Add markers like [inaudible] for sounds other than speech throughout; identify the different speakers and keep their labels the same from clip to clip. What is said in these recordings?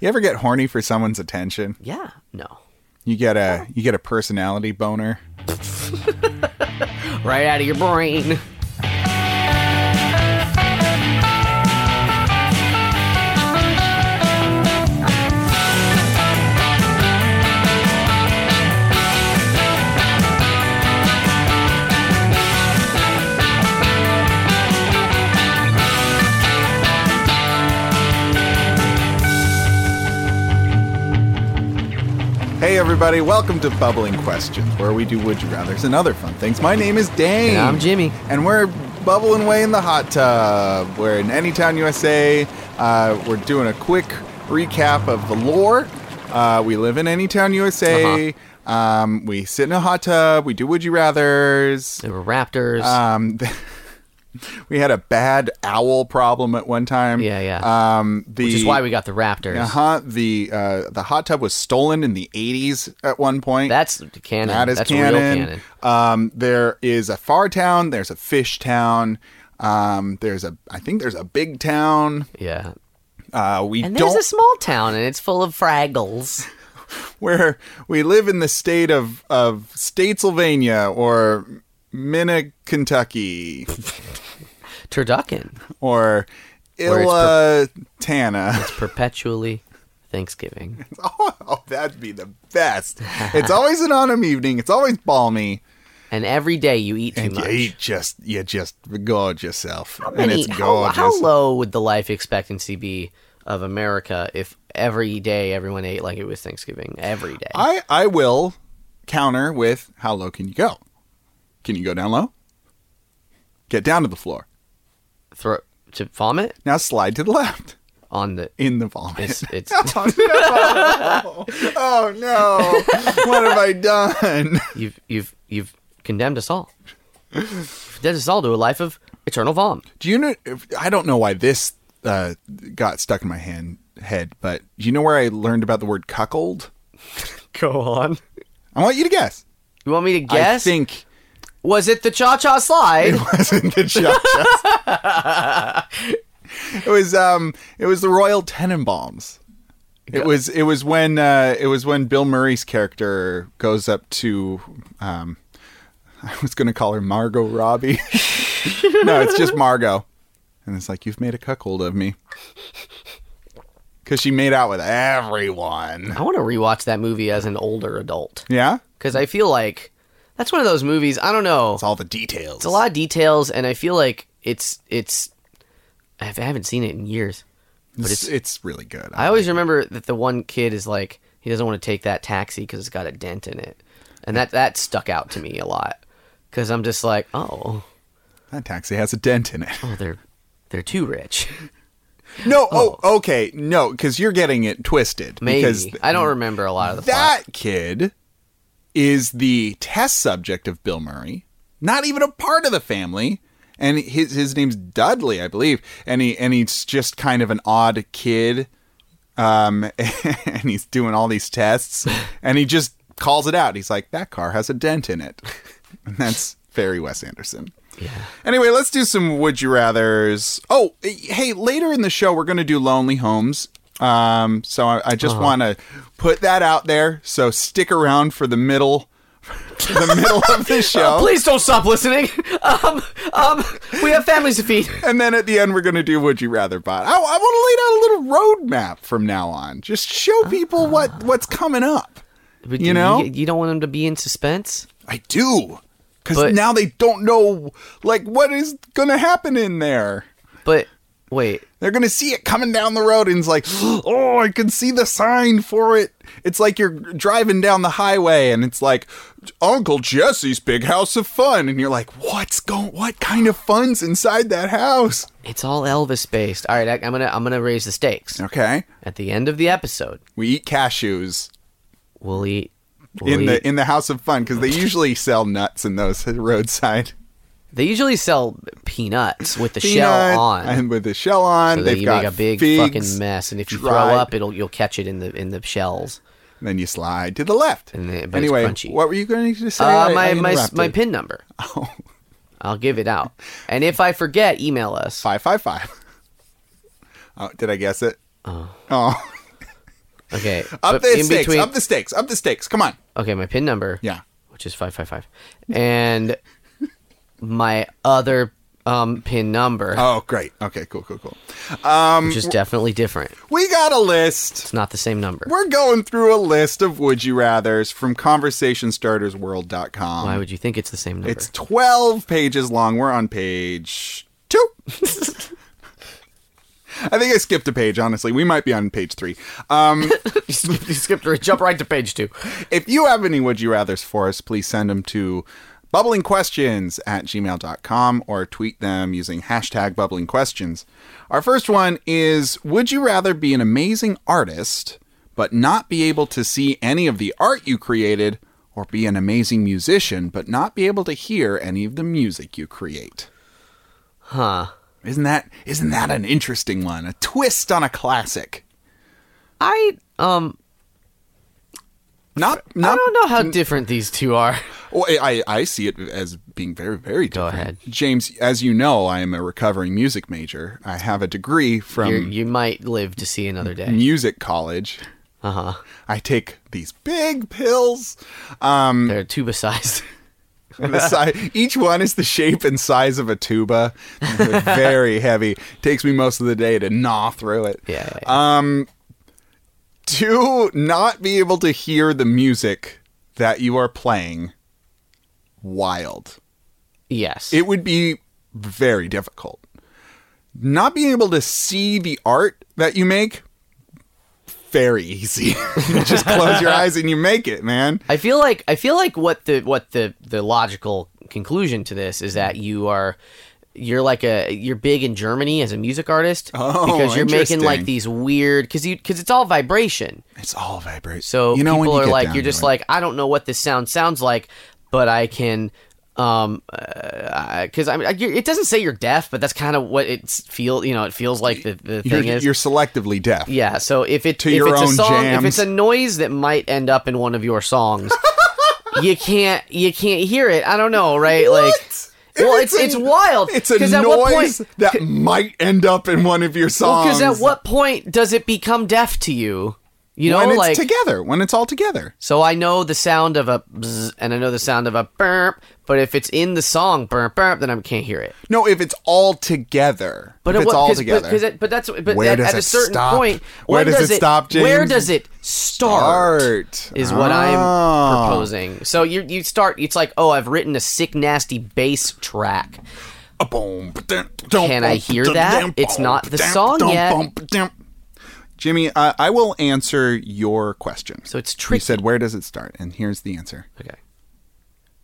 Speaker 1: You ever get horny for someone's attention?
Speaker 2: Yeah. No.
Speaker 1: You get a you get a personality boner.
Speaker 2: Right out of your brain.
Speaker 1: Hey everybody, welcome to Bubbling Questions, where we do would you rather's and other fun things. My name is Dane.
Speaker 2: And I'm Jimmy.
Speaker 1: and we're bubbling away in the hot tub. We're in Anytown, USA. Uh, we're doing a quick recap of the lore. Uh, we live in Anytown, USA.
Speaker 2: Uh-huh.
Speaker 1: Um, we sit in a hot tub. We do would you rather's.
Speaker 2: There were raptors.
Speaker 1: Um, we had a bad owl problem at one time.
Speaker 2: Yeah, yeah.
Speaker 1: Um, the,
Speaker 2: which is why we got the raptors.
Speaker 1: Uh huh. The uh, the hot tub was stolen in the '80s at one point.
Speaker 2: That's canon.
Speaker 1: That is
Speaker 2: That's
Speaker 1: canon.
Speaker 2: real canon.
Speaker 1: Um, there is a far town. There's a fish town. Um, there's a I think there's a big town.
Speaker 2: Yeah.
Speaker 1: Uh, we
Speaker 2: And there's
Speaker 1: don't
Speaker 2: a small town and it's full of fraggles.
Speaker 1: [laughs] where we live in the state of of Statesylvania or Minna, Kentucky
Speaker 2: [laughs] [laughs] Turducken.
Speaker 1: or
Speaker 2: Where
Speaker 1: Illa
Speaker 2: it's
Speaker 1: Tana.
Speaker 2: It's perpetually Thanksgiving.
Speaker 1: [laughs] oh, that'd be the best. It's always an autumn evening. It's always balmy.
Speaker 2: And every day you eat too
Speaker 1: And you
Speaker 2: much.
Speaker 1: eat just you just gorge yourself.
Speaker 2: How
Speaker 1: and
Speaker 2: many-
Speaker 1: it's
Speaker 2: how,
Speaker 1: gorgeous.
Speaker 2: how low would the life expectancy be of America if every day everyone ate like it was Thanksgiving? Every day.
Speaker 1: I I will counter with how low can you go? Can you go down low? Get down to the floor.
Speaker 2: Throw to vomit
Speaker 1: Now slide to the left [laughs]
Speaker 2: on the
Speaker 1: in the vomit. [laughs]
Speaker 2: it's it's [laughs]
Speaker 1: oh no! What have I done? [laughs]
Speaker 2: you've you've you've condemned us all. You've condemned us all to a life of eternal vom.
Speaker 1: Do you know? if- I don't know why this uh, got stuck in my hand head, but do you know where I learned about the word cuckold?
Speaker 2: Go on.
Speaker 1: I want you to guess.
Speaker 2: You want me to guess?
Speaker 1: I think
Speaker 2: Was it the cha cha slide?
Speaker 1: [laughs] wasn't the Cha-Chas. it was um it was the Royal Tenenbaums. It was it was when uh, it was when Bill Murray's character goes up to um I was gonna call her Margot Robbie. [laughs] no, it's just Margot. And it's like you've made a cuckold of me. Cause she made out with everyone.
Speaker 2: I want to rewatch that movie as an older adult
Speaker 1: Yeah?
Speaker 2: because I feel like that's one of those movies. I don't know.
Speaker 1: It's all the details.
Speaker 2: It's a lot of details, and I feel like it's it's. I have- I haven't seen it in years.
Speaker 1: but it's it's really good.
Speaker 2: I always remember that the one kid is like he doesn't want to take that taxi because it's got a dent in it, and that that stuck out to me a lot because I'm just like, oh,
Speaker 1: that taxi has a dent in it.
Speaker 2: oh, they're they're too rich. [laughs]
Speaker 1: No, oh, okay, no, because you're getting it twisted.
Speaker 2: Maybe
Speaker 1: because th-
Speaker 2: I don't remember a lot of the plot.
Speaker 1: that kid is the test subject of Bill Murray, not even a part of the family, and his his name's Dudley, I believe, and he and he's just kind of an odd kid, um, [laughs] and he's doing all these tests, and he just calls it out. He's like, "That car has a dent in it," [laughs] and that's very Wes Anderson.
Speaker 2: Yeah.
Speaker 1: Anyway, let's do some would you rather's. Oh, hey, later in the show we're going to do lonely homes. Um, so I, I
Speaker 2: Uh-huh.
Speaker 1: just want to put that out there. So stick around for the middle, [laughs] for the middle of
Speaker 2: [laughs]
Speaker 1: the show,
Speaker 2: Oh, Please don't stop listening. [laughs] um, um, we have families to feed.
Speaker 1: and then at the end we're going to do would you rather. But I, want to lay down a little roadmap from now on. Just show
Speaker 2: Uh-huh.
Speaker 1: people what what's coming up. [laughs]
Speaker 2: But
Speaker 1: You know?
Speaker 2: you, you don't want them to be in suspense.
Speaker 1: I do, because
Speaker 2: But-
Speaker 1: now they don't know like what is going to happen in there.
Speaker 2: But wait,
Speaker 1: They're gonna see it coming down the road, and it's like, [gasps] oh, I can see the sign for it. It's like you're driving down the highway, and it's like Uncle Jesse's big house of fun, and you're like, what's going? What kind of fun's inside that house?
Speaker 2: it's all Elvis based. All right, I, I'm gonna I'm gonna raise the stakes.
Speaker 1: Okay,
Speaker 2: At the end of the episode,
Speaker 1: we eat cashews
Speaker 2: we'll eat. We'll
Speaker 1: in
Speaker 2: eat-
Speaker 1: the in the house of fun because they usually sell nuts in those [laughs] roadside.
Speaker 2: they usually sell peanuts with the
Speaker 1: Peanut,
Speaker 2: shell on.
Speaker 1: and with the shell on,
Speaker 2: so that
Speaker 1: they've
Speaker 2: you
Speaker 1: got
Speaker 2: make a big
Speaker 1: figs,
Speaker 2: fucking mess, and if you
Speaker 1: dried.
Speaker 2: throw up, it'll you'll catch it in the in the shells.
Speaker 1: and then you slide to the left.
Speaker 2: And they- but it's
Speaker 1: anyway,
Speaker 2: crunchy.
Speaker 1: what were you going to say?
Speaker 2: Uh,
Speaker 1: I-
Speaker 2: my
Speaker 1: I
Speaker 2: my my
Speaker 1: interrupted. Oh.
Speaker 2: pin number. I'll give it out, and if I forget, email us.
Speaker 1: [laughs] Five five five. Oh, [laughs] did I guess it? Oh.
Speaker 2: Okay.
Speaker 1: Up
Speaker 2: but
Speaker 1: the
Speaker 2: in
Speaker 1: stakes,
Speaker 2: between-
Speaker 1: up the stakes, up the stakes. Come on.
Speaker 2: okay, my pin number.
Speaker 1: Yeah.
Speaker 2: Which is five five five, and my other um pin number,
Speaker 1: Oh, great. Okay, cool, cool, cool. Um,
Speaker 2: which is definitely different.
Speaker 1: We got a list.
Speaker 2: It's not the same number.
Speaker 1: We're going through a list of would you rathers from conversationstartersworld.com.
Speaker 2: Why would you think it's the same number?
Speaker 1: It's 12 pages long. We're on page
Speaker 2: [laughs]
Speaker 1: two. [laughs] I think I skipped a page, honestly. We might be on page three. Um,
Speaker 2: [laughs]
Speaker 1: [laughs]
Speaker 2: you skipped right, jump right to page two.
Speaker 1: if you have any would you rathers for us, please send them to bubblingquestions at gmail.com or tweet them using hashtag bubblingquestions. Our first one is Would you rather be an amazing artist but not be able to see any of the art you created, or be an amazing musician but not be able to hear any of the music you create?
Speaker 2: Huh.
Speaker 1: Isn't that isn't that an interesting one? A twist on a classic.
Speaker 2: I um
Speaker 1: Not
Speaker 2: I
Speaker 1: not
Speaker 2: don't know how different these two are.
Speaker 1: Well, I, I I see it as being very, very different.
Speaker 2: ahead.
Speaker 1: James, as you know, I am a recovering music major. I have a degree from
Speaker 2: You're, you might live to see another day.
Speaker 1: music college.
Speaker 2: Uh huh.
Speaker 1: I take these big pills. Um,
Speaker 2: There are two besides. [laughs]
Speaker 1: the si- each one is the shape and size of a tuba. They're
Speaker 2: [laughs]
Speaker 1: very heavy. Takes me most of the day to gnaw through it.
Speaker 2: Yeah. yeah,
Speaker 1: Uh,
Speaker 2: yeah.
Speaker 1: to not be able to hear the music that you are playing wild
Speaker 2: yes.
Speaker 1: it would be very difficult not being able to see the art that you make very easy [laughs] You just close your eyes and you make it man
Speaker 2: I feel like I feel like what the what the the logical conclusion to this is that you are you're like a you're big in Germany as a music artist
Speaker 1: Oh,
Speaker 2: because you're making
Speaker 1: interesting.
Speaker 2: like these weird because you because it's all vibration.
Speaker 1: it's all vibrate
Speaker 2: So
Speaker 1: you know when
Speaker 2: people
Speaker 1: you
Speaker 2: are
Speaker 1: get
Speaker 2: like
Speaker 1: down
Speaker 2: you're
Speaker 1: to
Speaker 2: just
Speaker 1: it.
Speaker 2: like I don't know what this sound sounds like, but I can um because I mean I, you're- it doesn't say you're deaf, but that's kind of what it's feel you know it feels like the, the
Speaker 1: you're,
Speaker 2: thing is
Speaker 1: you're selectively deaf
Speaker 2: yeah, so if it
Speaker 1: To
Speaker 2: if
Speaker 1: your
Speaker 2: it's
Speaker 1: own
Speaker 2: a song,
Speaker 1: jams.
Speaker 2: if it's a noise that might end up in one of
Speaker 1: [laughs]
Speaker 2: your songs, you can't you can't hear it. I don't know, right?
Speaker 1: What?
Speaker 2: Like, well,
Speaker 1: If
Speaker 2: it's it's,
Speaker 1: a-
Speaker 2: wild.
Speaker 1: It's a
Speaker 2: 'cause
Speaker 1: noise
Speaker 2: at what point-
Speaker 1: that might end up in one of your
Speaker 2: well,
Speaker 1: songs.
Speaker 2: at what point does it become deaf to you? You know,
Speaker 1: when it's
Speaker 2: oh, like
Speaker 1: together, when it's all together.
Speaker 2: so I know the sound of a bzz, and I know the sound of a burp, but if it's in the song burp burp, then I can't hear it.
Speaker 1: No, if it's all together.
Speaker 2: But
Speaker 1: if
Speaker 2: at
Speaker 1: it's
Speaker 2: what,
Speaker 1: all
Speaker 2: 'cause-
Speaker 1: together.
Speaker 2: But, 'cause it- but that's but
Speaker 1: Where
Speaker 2: at,
Speaker 1: does
Speaker 2: at
Speaker 1: it
Speaker 2: a certain
Speaker 1: stop?
Speaker 2: point,
Speaker 1: Where
Speaker 2: when
Speaker 1: does it stop,
Speaker 2: Where
Speaker 1: James?
Speaker 2: does it start? is what
Speaker 1: Ah.
Speaker 2: I'm proposing. So you you start. It's like, oh, I've written a sick, nasty bass track.
Speaker 1: A boom, ba-dum, dum,
Speaker 2: Can I
Speaker 1: boom,
Speaker 2: hear
Speaker 1: ba-dum,
Speaker 2: that?
Speaker 1: dum,
Speaker 2: It's
Speaker 1: boom,
Speaker 2: not the
Speaker 1: ba-dum,
Speaker 2: song
Speaker 1: dum,
Speaker 2: yet.
Speaker 1: boom, ba-dum. Jimmy, I, I will answer your question.
Speaker 2: So it's
Speaker 1: you
Speaker 2: tricky.
Speaker 1: said, "Where does it start?" And here's the answer:
Speaker 2: okay,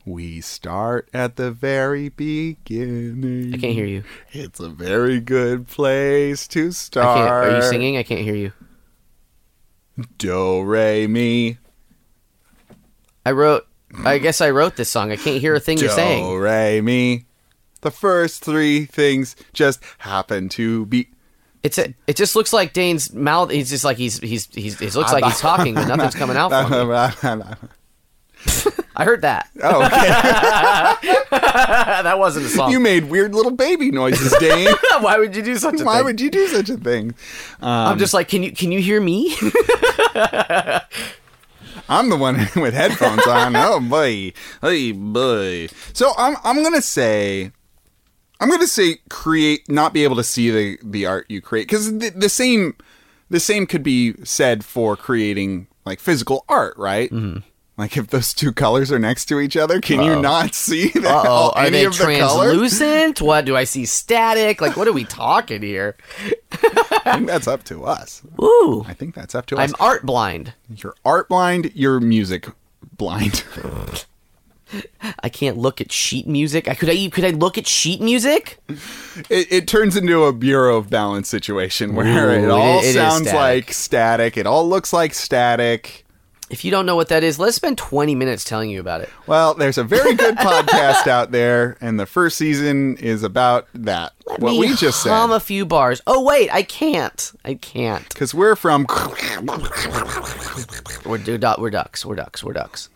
Speaker 1: We start at the very beginning.
Speaker 2: I can't hear you.
Speaker 1: It's a very good place to
Speaker 2: I
Speaker 1: start.
Speaker 2: can't, are you singing? I can't hear you.
Speaker 1: Do re mi.
Speaker 2: I wrote. I guess I wrote this song. I can't hear a thing you're
Speaker 1: Do
Speaker 2: saying.
Speaker 1: re mi. The first three things just happen to be.
Speaker 2: It's a, It just looks like Dane's mouth. He's just like he's he's he's. It looks like he's talking, but nothing's coming out from him. I heard that.
Speaker 1: [laughs] oh, okay.
Speaker 2: that wasn't a song.
Speaker 1: Uh-huh. you made weird little baby noises, Dane.
Speaker 2: [laughs] Why would you do such
Speaker 1: [laughs]
Speaker 2: a
Speaker 1: Why
Speaker 2: thing?
Speaker 1: would you do such a thing?
Speaker 2: I'm just like, can you can you
Speaker 1: [laughs]
Speaker 2: hear me? [laughs]
Speaker 1: I'm the one [laughs] with headphones on. Oh boy, hey boy. So I'm I'm gonna say, I'm gonna say create not be able to see the the art you create because the, the same the same could be said for creating like physical art, right? Mm-hmm. Like if those two colors are next to each other, can you not see the,
Speaker 2: Uh-oh, are
Speaker 1: any
Speaker 2: they
Speaker 1: of the colors?
Speaker 2: translucent? what do I see? Static? Like, what are we talking here?
Speaker 1: I think that's up to us.
Speaker 2: Ooh,
Speaker 1: I think that's up to us.
Speaker 2: I'm art blind.
Speaker 1: You're art blind. You're music blind. [laughs]
Speaker 2: I can't look at sheet music. I could I could I look at sheet music?
Speaker 1: it, it turns into a Bureau of Balance situation where
Speaker 2: Ooh,
Speaker 1: it all
Speaker 2: it- it is
Speaker 1: sounds
Speaker 2: static.
Speaker 1: like static. It all looks like static.
Speaker 2: If you don't know what that is, let's spend 20 minutes telling you about it.
Speaker 1: Well, there's a very
Speaker 2: [laughs]
Speaker 1: good podcast out there, and the first season is about that. what
Speaker 2: Me
Speaker 1: we just
Speaker 2: hum
Speaker 1: said.
Speaker 2: a few bars. Oh wait, I can't. I can't.
Speaker 1: Because we're from. [laughs]
Speaker 2: We're du- du- we're ducks. We're ducks. We're ducks.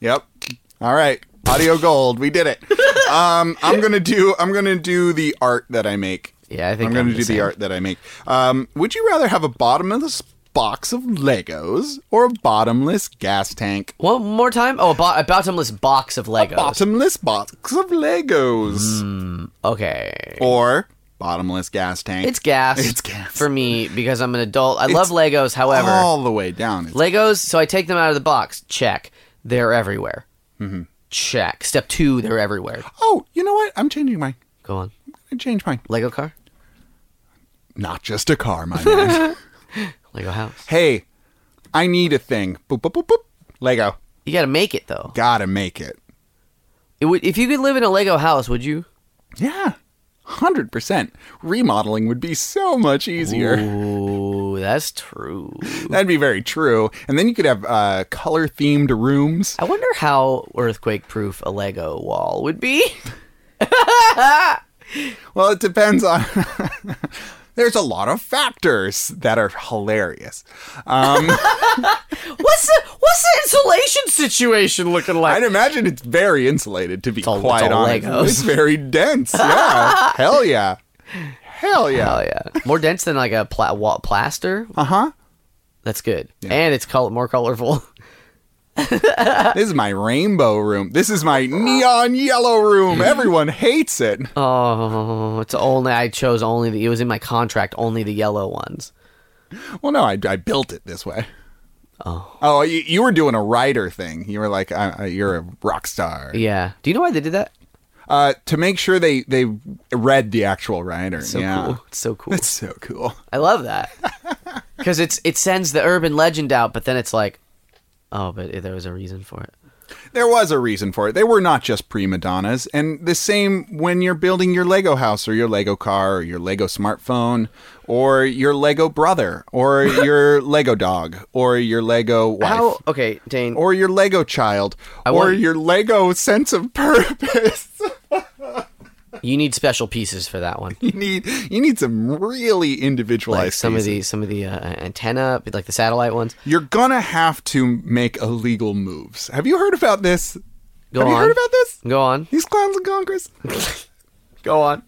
Speaker 1: Yep. All right.
Speaker 2: [laughs]
Speaker 1: Audio gold. We did it. Um, I'm gonna do. I'm gonna do the art that I make
Speaker 2: Yeah, I think
Speaker 1: I'm going
Speaker 2: I'm
Speaker 1: to
Speaker 2: the
Speaker 1: do the
Speaker 2: same.
Speaker 1: art that I make. Um, would you rather have a bottomless box of Legos or a bottomless gas tank?
Speaker 2: One more time? Oh, a, bo- a bottomless box of Legos.
Speaker 1: Bottomless box of Legos
Speaker 2: Mm. okay.
Speaker 1: or bottomless gas tank?
Speaker 2: It's gas.
Speaker 1: It's gas.
Speaker 2: For me, because I'm an adult. I love Legos, however.
Speaker 1: all the way down. It's
Speaker 2: Legos, so I take them out of the box. Check. They're everywhere.
Speaker 1: Mm-hmm.
Speaker 2: Check. Step two, they're everywhere.
Speaker 1: Oh, you know what? I'm changing mine.
Speaker 2: Go on.
Speaker 1: I changed mine.
Speaker 2: Lego car?
Speaker 1: Not just a car, my
Speaker 2: [laughs]
Speaker 1: man.
Speaker 2: Lego house.
Speaker 1: hey, I need a thing. Boop, boop, boop, boop. Lego.
Speaker 2: You gotta make it, though.
Speaker 1: Gotta make it.
Speaker 2: It would, if you could live in a Lego house, would you?
Speaker 1: Yeah. 100%. Remodeling would be so much easier.
Speaker 2: Ooh, that's true.
Speaker 1: That'd be very true. And then you could have uh, color themed rooms.
Speaker 2: I wonder how earthquake proof a Lego wall would be. [laughs]
Speaker 1: Well, it depends on. [laughs] There's a lot of factors that are hilarious.
Speaker 2: What's the what's the insulation situation
Speaker 1: [laughs]
Speaker 2: looking
Speaker 1: I'd
Speaker 2: like?
Speaker 1: imagine it's very insulated, to be
Speaker 2: all- it's
Speaker 1: quite
Speaker 2: all
Speaker 1: honest.
Speaker 2: Legos.
Speaker 1: It's very
Speaker 2: [laughs]
Speaker 1: dense. Yeah. Hell yeah. Hell
Speaker 2: Oh
Speaker 1: yeah.
Speaker 2: yeah, more dense than like a pla- wa- plaster.
Speaker 1: Uh huh.
Speaker 2: That's good, and it's color more colorful. [laughs]
Speaker 1: This is my rainbow room. This is my neon yellow
Speaker 2: [laughs]
Speaker 1: room. Everyone hates it.
Speaker 2: Oh, it's only I chose only the it was in my contract only the yellow ones.
Speaker 1: Well, no, I, I built it this way. Oh. Oh, you, you were doing a writer thing. You were like, I, I, you're a rock star.
Speaker 2: Yeah. Do you know why they did that?
Speaker 1: uh, to make sure they they read the actual writer.
Speaker 2: So
Speaker 1: yeah.
Speaker 2: cool. It's so cool.
Speaker 1: That's so cool.
Speaker 2: I
Speaker 1: [laughs]
Speaker 2: love that because it's it sends the urban legend out, but then it's like, oh, but there was a reason for it.
Speaker 1: There was a reason for it. They were not just prima donnas. And the same when you're building your Lego house or your Lego car or your Lego smartphone or your Lego brother
Speaker 2: [laughs]
Speaker 1: or your Lego dog or your Lego wife
Speaker 2: How? Okay, Dane.
Speaker 1: or your Lego child or
Speaker 2: want-
Speaker 1: your Lego sense of [laughs] purpose.
Speaker 2: you need special pieces for that one.
Speaker 1: you need you need some really individualized
Speaker 2: Like some of
Speaker 1: pieces.
Speaker 2: the some of the uh, antenna, like the satellite ones.
Speaker 1: You're gonna have to make illegal moves. Have you heard about this?
Speaker 2: Go
Speaker 1: have you
Speaker 2: on.
Speaker 1: heard about this?
Speaker 2: Go on.
Speaker 1: These clowns in Congress.
Speaker 2: Go on.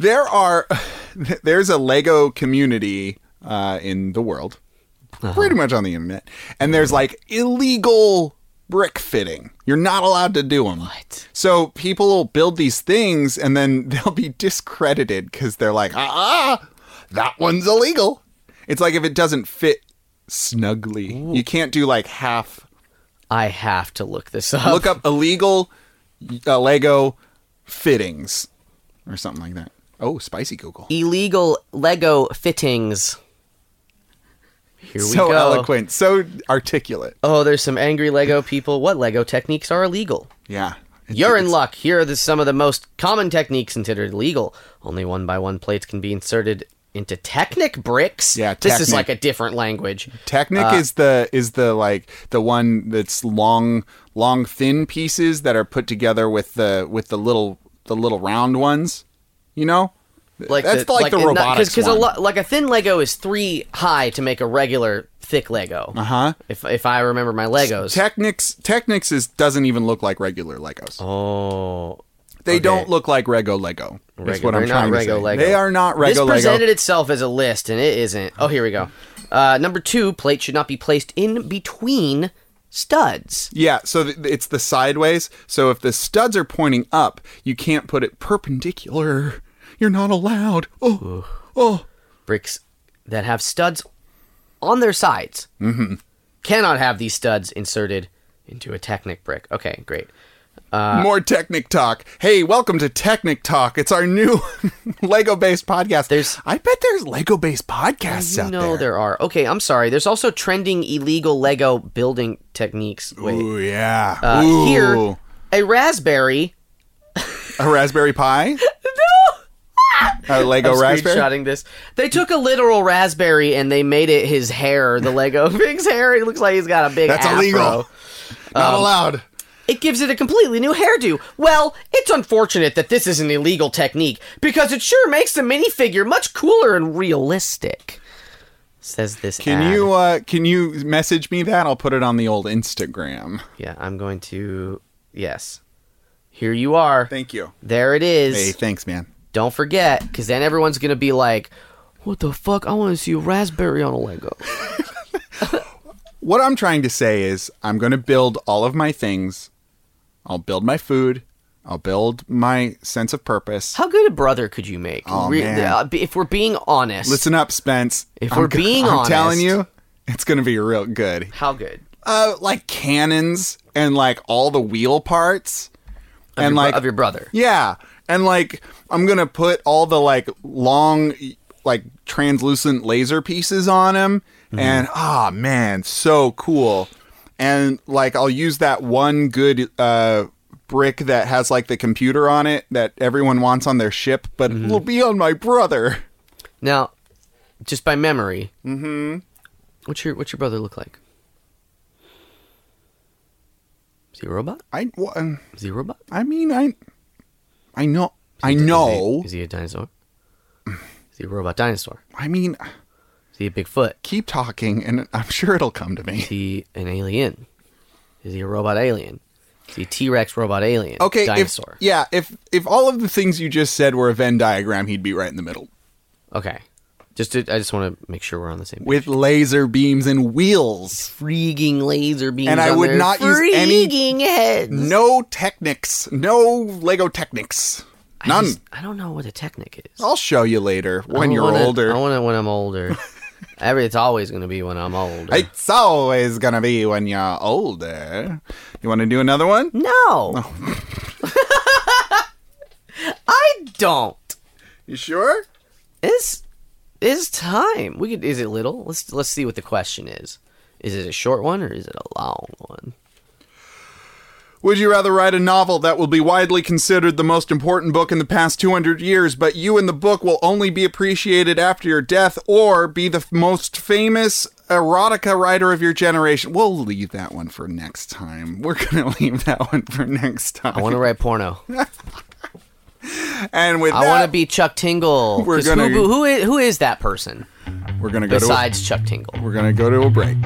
Speaker 1: There are, [laughs] there's a Lego community uh, in the world, pretty much on the internet, and there's like illegal brick fitting. You're not allowed to do them.
Speaker 2: What?
Speaker 1: So people will build these things and then [laughs] they'll be discredited because they're like, ah, ah, that one's illegal. It's like if it doesn't fit snugly, you can't do like half
Speaker 2: I have to look this up.
Speaker 1: look up illegal uh, Lego fittings or something like that. Oh, spicy Google.
Speaker 2: illegal Lego fittings. Here we
Speaker 1: So
Speaker 2: go.
Speaker 1: eloquent, so articulate.
Speaker 2: Oh, there's some angry Lego people. What Lego techniques are illegal?
Speaker 1: Yeah. It's-
Speaker 2: You're in
Speaker 1: it's-
Speaker 2: luck. Here are the, some of the most common techniques considered illegal. Only one by one plates can be inserted into Technic bricks.
Speaker 1: Yeah,
Speaker 2: this is
Speaker 1: Technic.
Speaker 2: like a different language.
Speaker 1: Technic
Speaker 2: uh,
Speaker 1: is the is the like the one that's long long thin pieces that are put together with the with the little the little round ones. You know?
Speaker 2: Like
Speaker 1: that's the, like, the robotics
Speaker 2: Because a
Speaker 1: one.
Speaker 2: lo- like a thin Lego is three high to make a regular thick Lego. Uh
Speaker 1: Huh?
Speaker 2: If if I remember my Legos.
Speaker 1: Uh-huh. Technics Technics is doesn't even look like regular Legos.
Speaker 2: oh.
Speaker 1: they
Speaker 2: okay.
Speaker 1: don't look like Rego Lego. That's
Speaker 2: Rego-
Speaker 1: what I'm
Speaker 2: they're not
Speaker 1: trying to
Speaker 2: Rego
Speaker 1: say.
Speaker 2: Lego.
Speaker 1: They are not Rego
Speaker 2: this
Speaker 1: Lego.
Speaker 2: presented itself as a list, and it isn't. Oh, here we go. Uh, number two, plates should not be placed in between studs.
Speaker 1: Yeah, so th- it's the sideways. So if the studs are pointing up, you can't put it perpendicular. You're not allowed. Oh, oh,
Speaker 2: Bricks that have studs on their sides mm-hmm. cannot have these studs inserted into a Technic brick. Okay, great. Uh.
Speaker 1: more Technic talk. Hey, welcome to Technic Talk. It's our new [laughs] Lego-based podcast.
Speaker 2: There's-
Speaker 1: I bet there's Lego-based podcasts
Speaker 2: You
Speaker 1: out
Speaker 2: know
Speaker 1: there.
Speaker 2: there are. Okay, I'm sorry. There's also trending illegal Lego building techniques. Wait,
Speaker 1: Ooh, yeah.
Speaker 2: uh,
Speaker 1: Ooh.
Speaker 2: here a raspberry.
Speaker 1: a Raspberry
Speaker 2: [laughs]
Speaker 1: Pi. no. A Lego Raspberry.
Speaker 2: Screenshotting this, they took a literal raspberry and they made it his hair, the Lego [laughs] pig's hair. It looks like he's got a big.
Speaker 1: That's
Speaker 2: afro.
Speaker 1: illegal. Not
Speaker 2: Um,
Speaker 1: allowed.
Speaker 2: It gives it a completely new hairdo. Well, it's unfortunate that this is an illegal technique because it sure makes the minifigure much cooler and realistic. Says this.
Speaker 1: Can
Speaker 2: ad.
Speaker 1: you uh, can you message me that? I'll put it on the old Instagram.
Speaker 2: Yeah, I'm going to. Yes, here you are.
Speaker 1: Thank you.
Speaker 2: There it is.
Speaker 1: Hey, thanks, man.
Speaker 2: Don't forget, because then everyone's gonna be like, "What the fuck? I want to see a raspberry on a Lego."
Speaker 1: What I'm trying to say is, I'm going to build all of my things. I'll build my food. I'll build my sense of purpose.
Speaker 2: How good a brother could you make?
Speaker 1: Aw, man.
Speaker 2: uh, if we're being honest,
Speaker 1: Listen up, Spence.
Speaker 2: If
Speaker 1: I'm
Speaker 2: we're
Speaker 1: go-
Speaker 2: being
Speaker 1: I'm
Speaker 2: honest-
Speaker 1: telling you, it's going to be real good.
Speaker 2: how good
Speaker 1: Uh, like cannons and like all the wheel parts, and like
Speaker 2: of your brother?
Speaker 1: Yeah. And like I'm going to put all the like long like translucent laser pieces on him
Speaker 2: Mm-hmm.
Speaker 1: and ah man, so cool. And like I'll use that one good uh brick that has like the computer on it that everyone wants on their ship, but
Speaker 2: Mm-hmm.
Speaker 1: it'll be on my brother.
Speaker 2: Now, just by memory, mm-hmm. what's your what's your brother look like? Is he a robot?
Speaker 1: I well,
Speaker 2: Is he a robot?
Speaker 1: I mean I I know I
Speaker 2: Is
Speaker 1: know.
Speaker 2: he, is he a dinosaur? Is he a robot dinosaur?
Speaker 1: I mean,
Speaker 2: Is he a Bigfoot?
Speaker 1: keep talking and I'm sure it'll come to me.
Speaker 2: Is he an alien? Is he a robot alien? Is he T Rex robot alien?
Speaker 1: Okay,
Speaker 2: dinosaur.
Speaker 1: If, yeah, if if all of the things you just said were a Venn diagram, he'd be right in the middle
Speaker 2: Okay, just to, I just want to make sure we're on the same. page.
Speaker 1: with laser beams and wheels.
Speaker 2: freaking laser beams,
Speaker 1: And I
Speaker 2: on
Speaker 1: would
Speaker 2: their
Speaker 1: not use any-
Speaker 2: freaking heads.
Speaker 1: No technics, no Lego technics,
Speaker 2: I,
Speaker 1: none.
Speaker 2: just- I don't know what a technic is.
Speaker 1: I'll show you later when
Speaker 2: I
Speaker 1: you're
Speaker 2: wanna-
Speaker 1: older.
Speaker 2: I want to when
Speaker 1: [laughs]
Speaker 2: I'm older. Every it's always going to be when I'm older.
Speaker 1: It's always gonna be when you're older. You want to do another one?
Speaker 2: no, [laughs] I don't.
Speaker 1: You sure?
Speaker 2: It's it's time. We could. Is it little? Let's let's see what the question is. Is it a short one or is it a long one?
Speaker 1: Would you rather write a novel that will be widely considered the most important book in the past 200 years, but you and the book will only be appreciated after your death, or be the f- most famous erotica writer of your generation? We'll leave that one for next time. We're going to [laughs] leave that one for next time.
Speaker 2: I want to write porno.
Speaker 1: and with
Speaker 2: I
Speaker 1: that,
Speaker 2: want to be Chuck Tingle.
Speaker 1: [laughs] We're
Speaker 2: 'Cause
Speaker 1: gonna-
Speaker 2: who, who is who is that person
Speaker 1: we're going to go to a,
Speaker 2: besides Chuck Tingle?
Speaker 1: we're going to go to a break.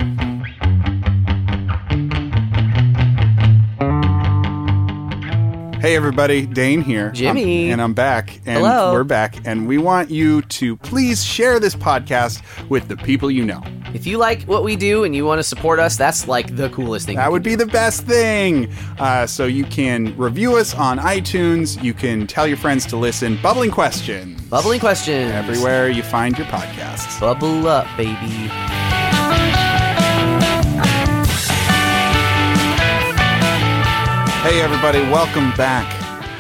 Speaker 1: Hey everybody, Dane here.
Speaker 2: Jimmy.
Speaker 1: I'm- and I'm back. And
Speaker 2: Hello.
Speaker 1: we're back. And we want you to please share this podcast with the people you know.
Speaker 2: If you like what we do and you want to support us, that's like the coolest thing.
Speaker 1: That would be the best thing. Uh, so you can review us on iTunes. You can tell your friends to listen. Bubbling Questions.
Speaker 2: Bubbling questions
Speaker 1: Everywhere you find your podcasts.
Speaker 2: Bubble up, baby.
Speaker 1: Hey everybody, welcome back.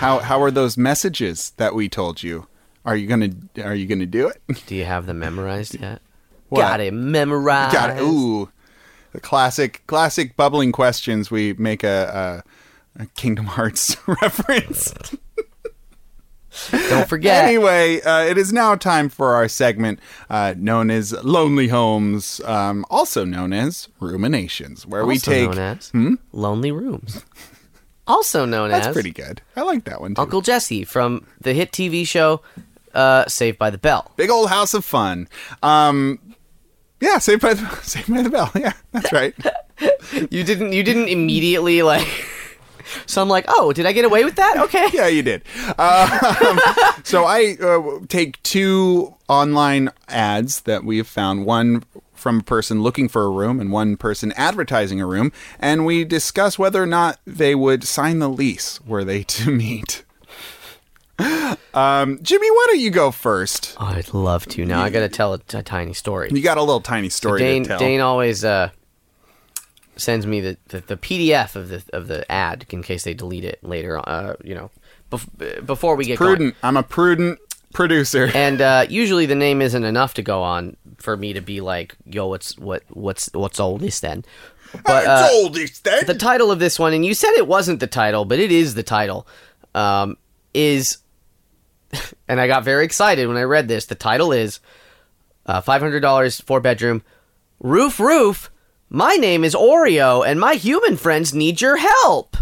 Speaker 1: How how are those messages that we told you? Are you gonna are you gonna do it? [laughs]
Speaker 2: Do you have them memorized yet?
Speaker 1: What?
Speaker 2: Got it memorized.
Speaker 1: Got it. Ooh, the classic classic bubbling questions. We make a, a, a Kingdom Hearts [laughs] reference.
Speaker 2: Don't forget.
Speaker 1: Anyway, uh, it is now time for our segment uh, known as Lonely Homes, um, also known as Ruminations, where we
Speaker 2: also
Speaker 1: take Hmm?
Speaker 2: known as Lonely Rooms. Also known
Speaker 1: that's
Speaker 2: as
Speaker 1: pretty good. I like that one too.
Speaker 2: Uncle Jesse from the hit TV show uh, Saved by the Bell.
Speaker 1: Big old house of fun. Um, yeah, Saved by the [laughs] Saved by the Bell. Yeah, that's right.
Speaker 2: You didn't. You didn't immediately like. [laughs] So I'm like, oh, did I get away with that? Okay.
Speaker 1: [laughs] yeah, you did. Um, [laughs] so I uh, take two online ads that we have found one from a person looking for a room and one person advertising a room, and we discuss whether or not they would sign the lease were they to [laughs] meet. Um, Jimmy, why don't you go first?
Speaker 2: Oh, I'd love to. Now I got to tell a, a tiny story.
Speaker 1: You got a little tiny story
Speaker 2: Dane
Speaker 1: to tell.
Speaker 2: Dane always uh, sends me the, the, the PDF of the of the ad in case they delete it later. Uh, you know, bef- before we get going.
Speaker 1: prudent. I'm a prudent producer.
Speaker 2: And uh, usually the name isn't enough to go on for me to be like, yo, what's what what's what's all this then? But uh,
Speaker 1: it's old, it's dead.
Speaker 2: the title of this one, and you said it wasn't the title, but it is the title, um, is, [laughs] and I got very excited when I read this. The title is uh, $500, four bedroom, roof, roof. My name is Oreo, and my human friends need your help.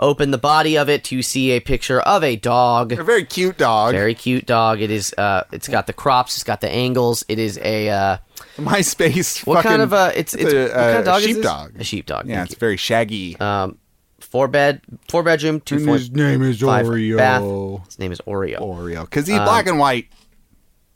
Speaker 2: Open the body of it to see a picture of a dog.
Speaker 1: a very cute dog.
Speaker 2: Very cute dog. It is. Uh, it's got the crops. It's got the angles. It is a. Uh,
Speaker 1: [laughs] MySpace.
Speaker 2: what
Speaker 1: fucking,
Speaker 2: kind of uh, a? It's it's,
Speaker 1: a,
Speaker 2: what kind of
Speaker 1: a
Speaker 2: dog is this?
Speaker 1: sheepdog.
Speaker 2: A sheepdog.
Speaker 1: Yeah,
Speaker 2: thank
Speaker 1: it's very shaggy.
Speaker 2: you. Um, four bed, four bedroom, two
Speaker 1: And
Speaker 2: four
Speaker 1: his name is
Speaker 2: five
Speaker 1: Oreo. Oh,
Speaker 2: bath. His name is Oreo.
Speaker 1: Oreo, because he's black and white,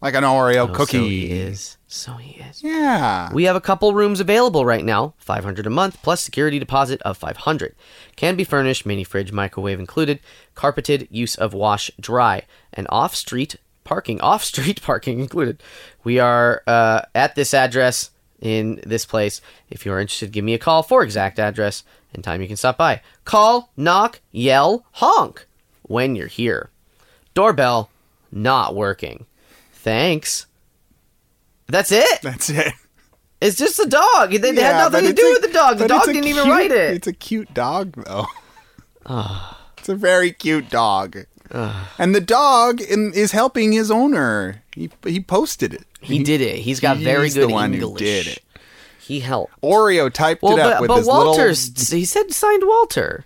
Speaker 1: like an Oreo
Speaker 2: uh, Oh,
Speaker 1: cookie.
Speaker 2: So he is. So he is.
Speaker 1: Yeah.
Speaker 2: We have a couple rooms available right now, 500 a month plus security deposit of 500. Can be furnished, mini fridge, microwave included, carpeted, use of wash dry, and off-street parking, off-street [laughs] parking included. We are uh, at this address in this place. If you are interested, give me a call for exact address and time you can stop by. Call, knock, yell, honk when you're here. Doorbell not working. Thanks. That's it.
Speaker 1: That's it.
Speaker 2: It's just the dog. They, they had
Speaker 1: Yeah, but
Speaker 2: nothing to
Speaker 1: it's
Speaker 2: do
Speaker 1: a-
Speaker 2: with the dog. The
Speaker 1: but it's
Speaker 2: dog
Speaker 1: a
Speaker 2: didn't even
Speaker 1: cute-
Speaker 2: write it. Ah.
Speaker 1: It's a cute dog, though. [laughs] it's a very cute dog. and the dog in, is helping his owner. He, he posted it.
Speaker 2: He did it. He's got very
Speaker 1: He's
Speaker 2: good
Speaker 1: the one who
Speaker 2: English.
Speaker 1: did it.
Speaker 2: He helped.
Speaker 1: Oreo typed
Speaker 2: Well,
Speaker 1: it up
Speaker 2: but,
Speaker 1: with
Speaker 2: but
Speaker 1: his
Speaker 2: Walter's. He said signed Walter.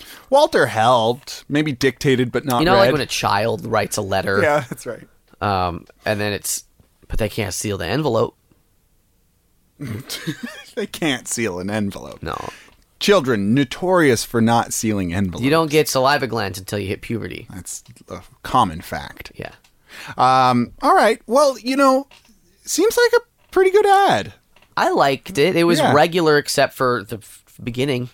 Speaker 1: little. Walter helped. Maybe dictated, but not
Speaker 2: You know,
Speaker 1: read.
Speaker 2: like when a child writes a letter,
Speaker 1: [laughs] yeah, that's right.
Speaker 2: um, and then it's, but they can't seal the envelope.
Speaker 1: They can't seal an envelope.
Speaker 2: No,
Speaker 1: Children notorious for not sealing envelopes.
Speaker 2: you don't get saliva glands until you hit puberty.
Speaker 1: That's a common fact.
Speaker 2: Yeah,
Speaker 1: Um, all right. Well, you know, seems like a pretty good ad.
Speaker 2: I liked it. It was
Speaker 1: Yeah.
Speaker 2: regular except for the f- beginning.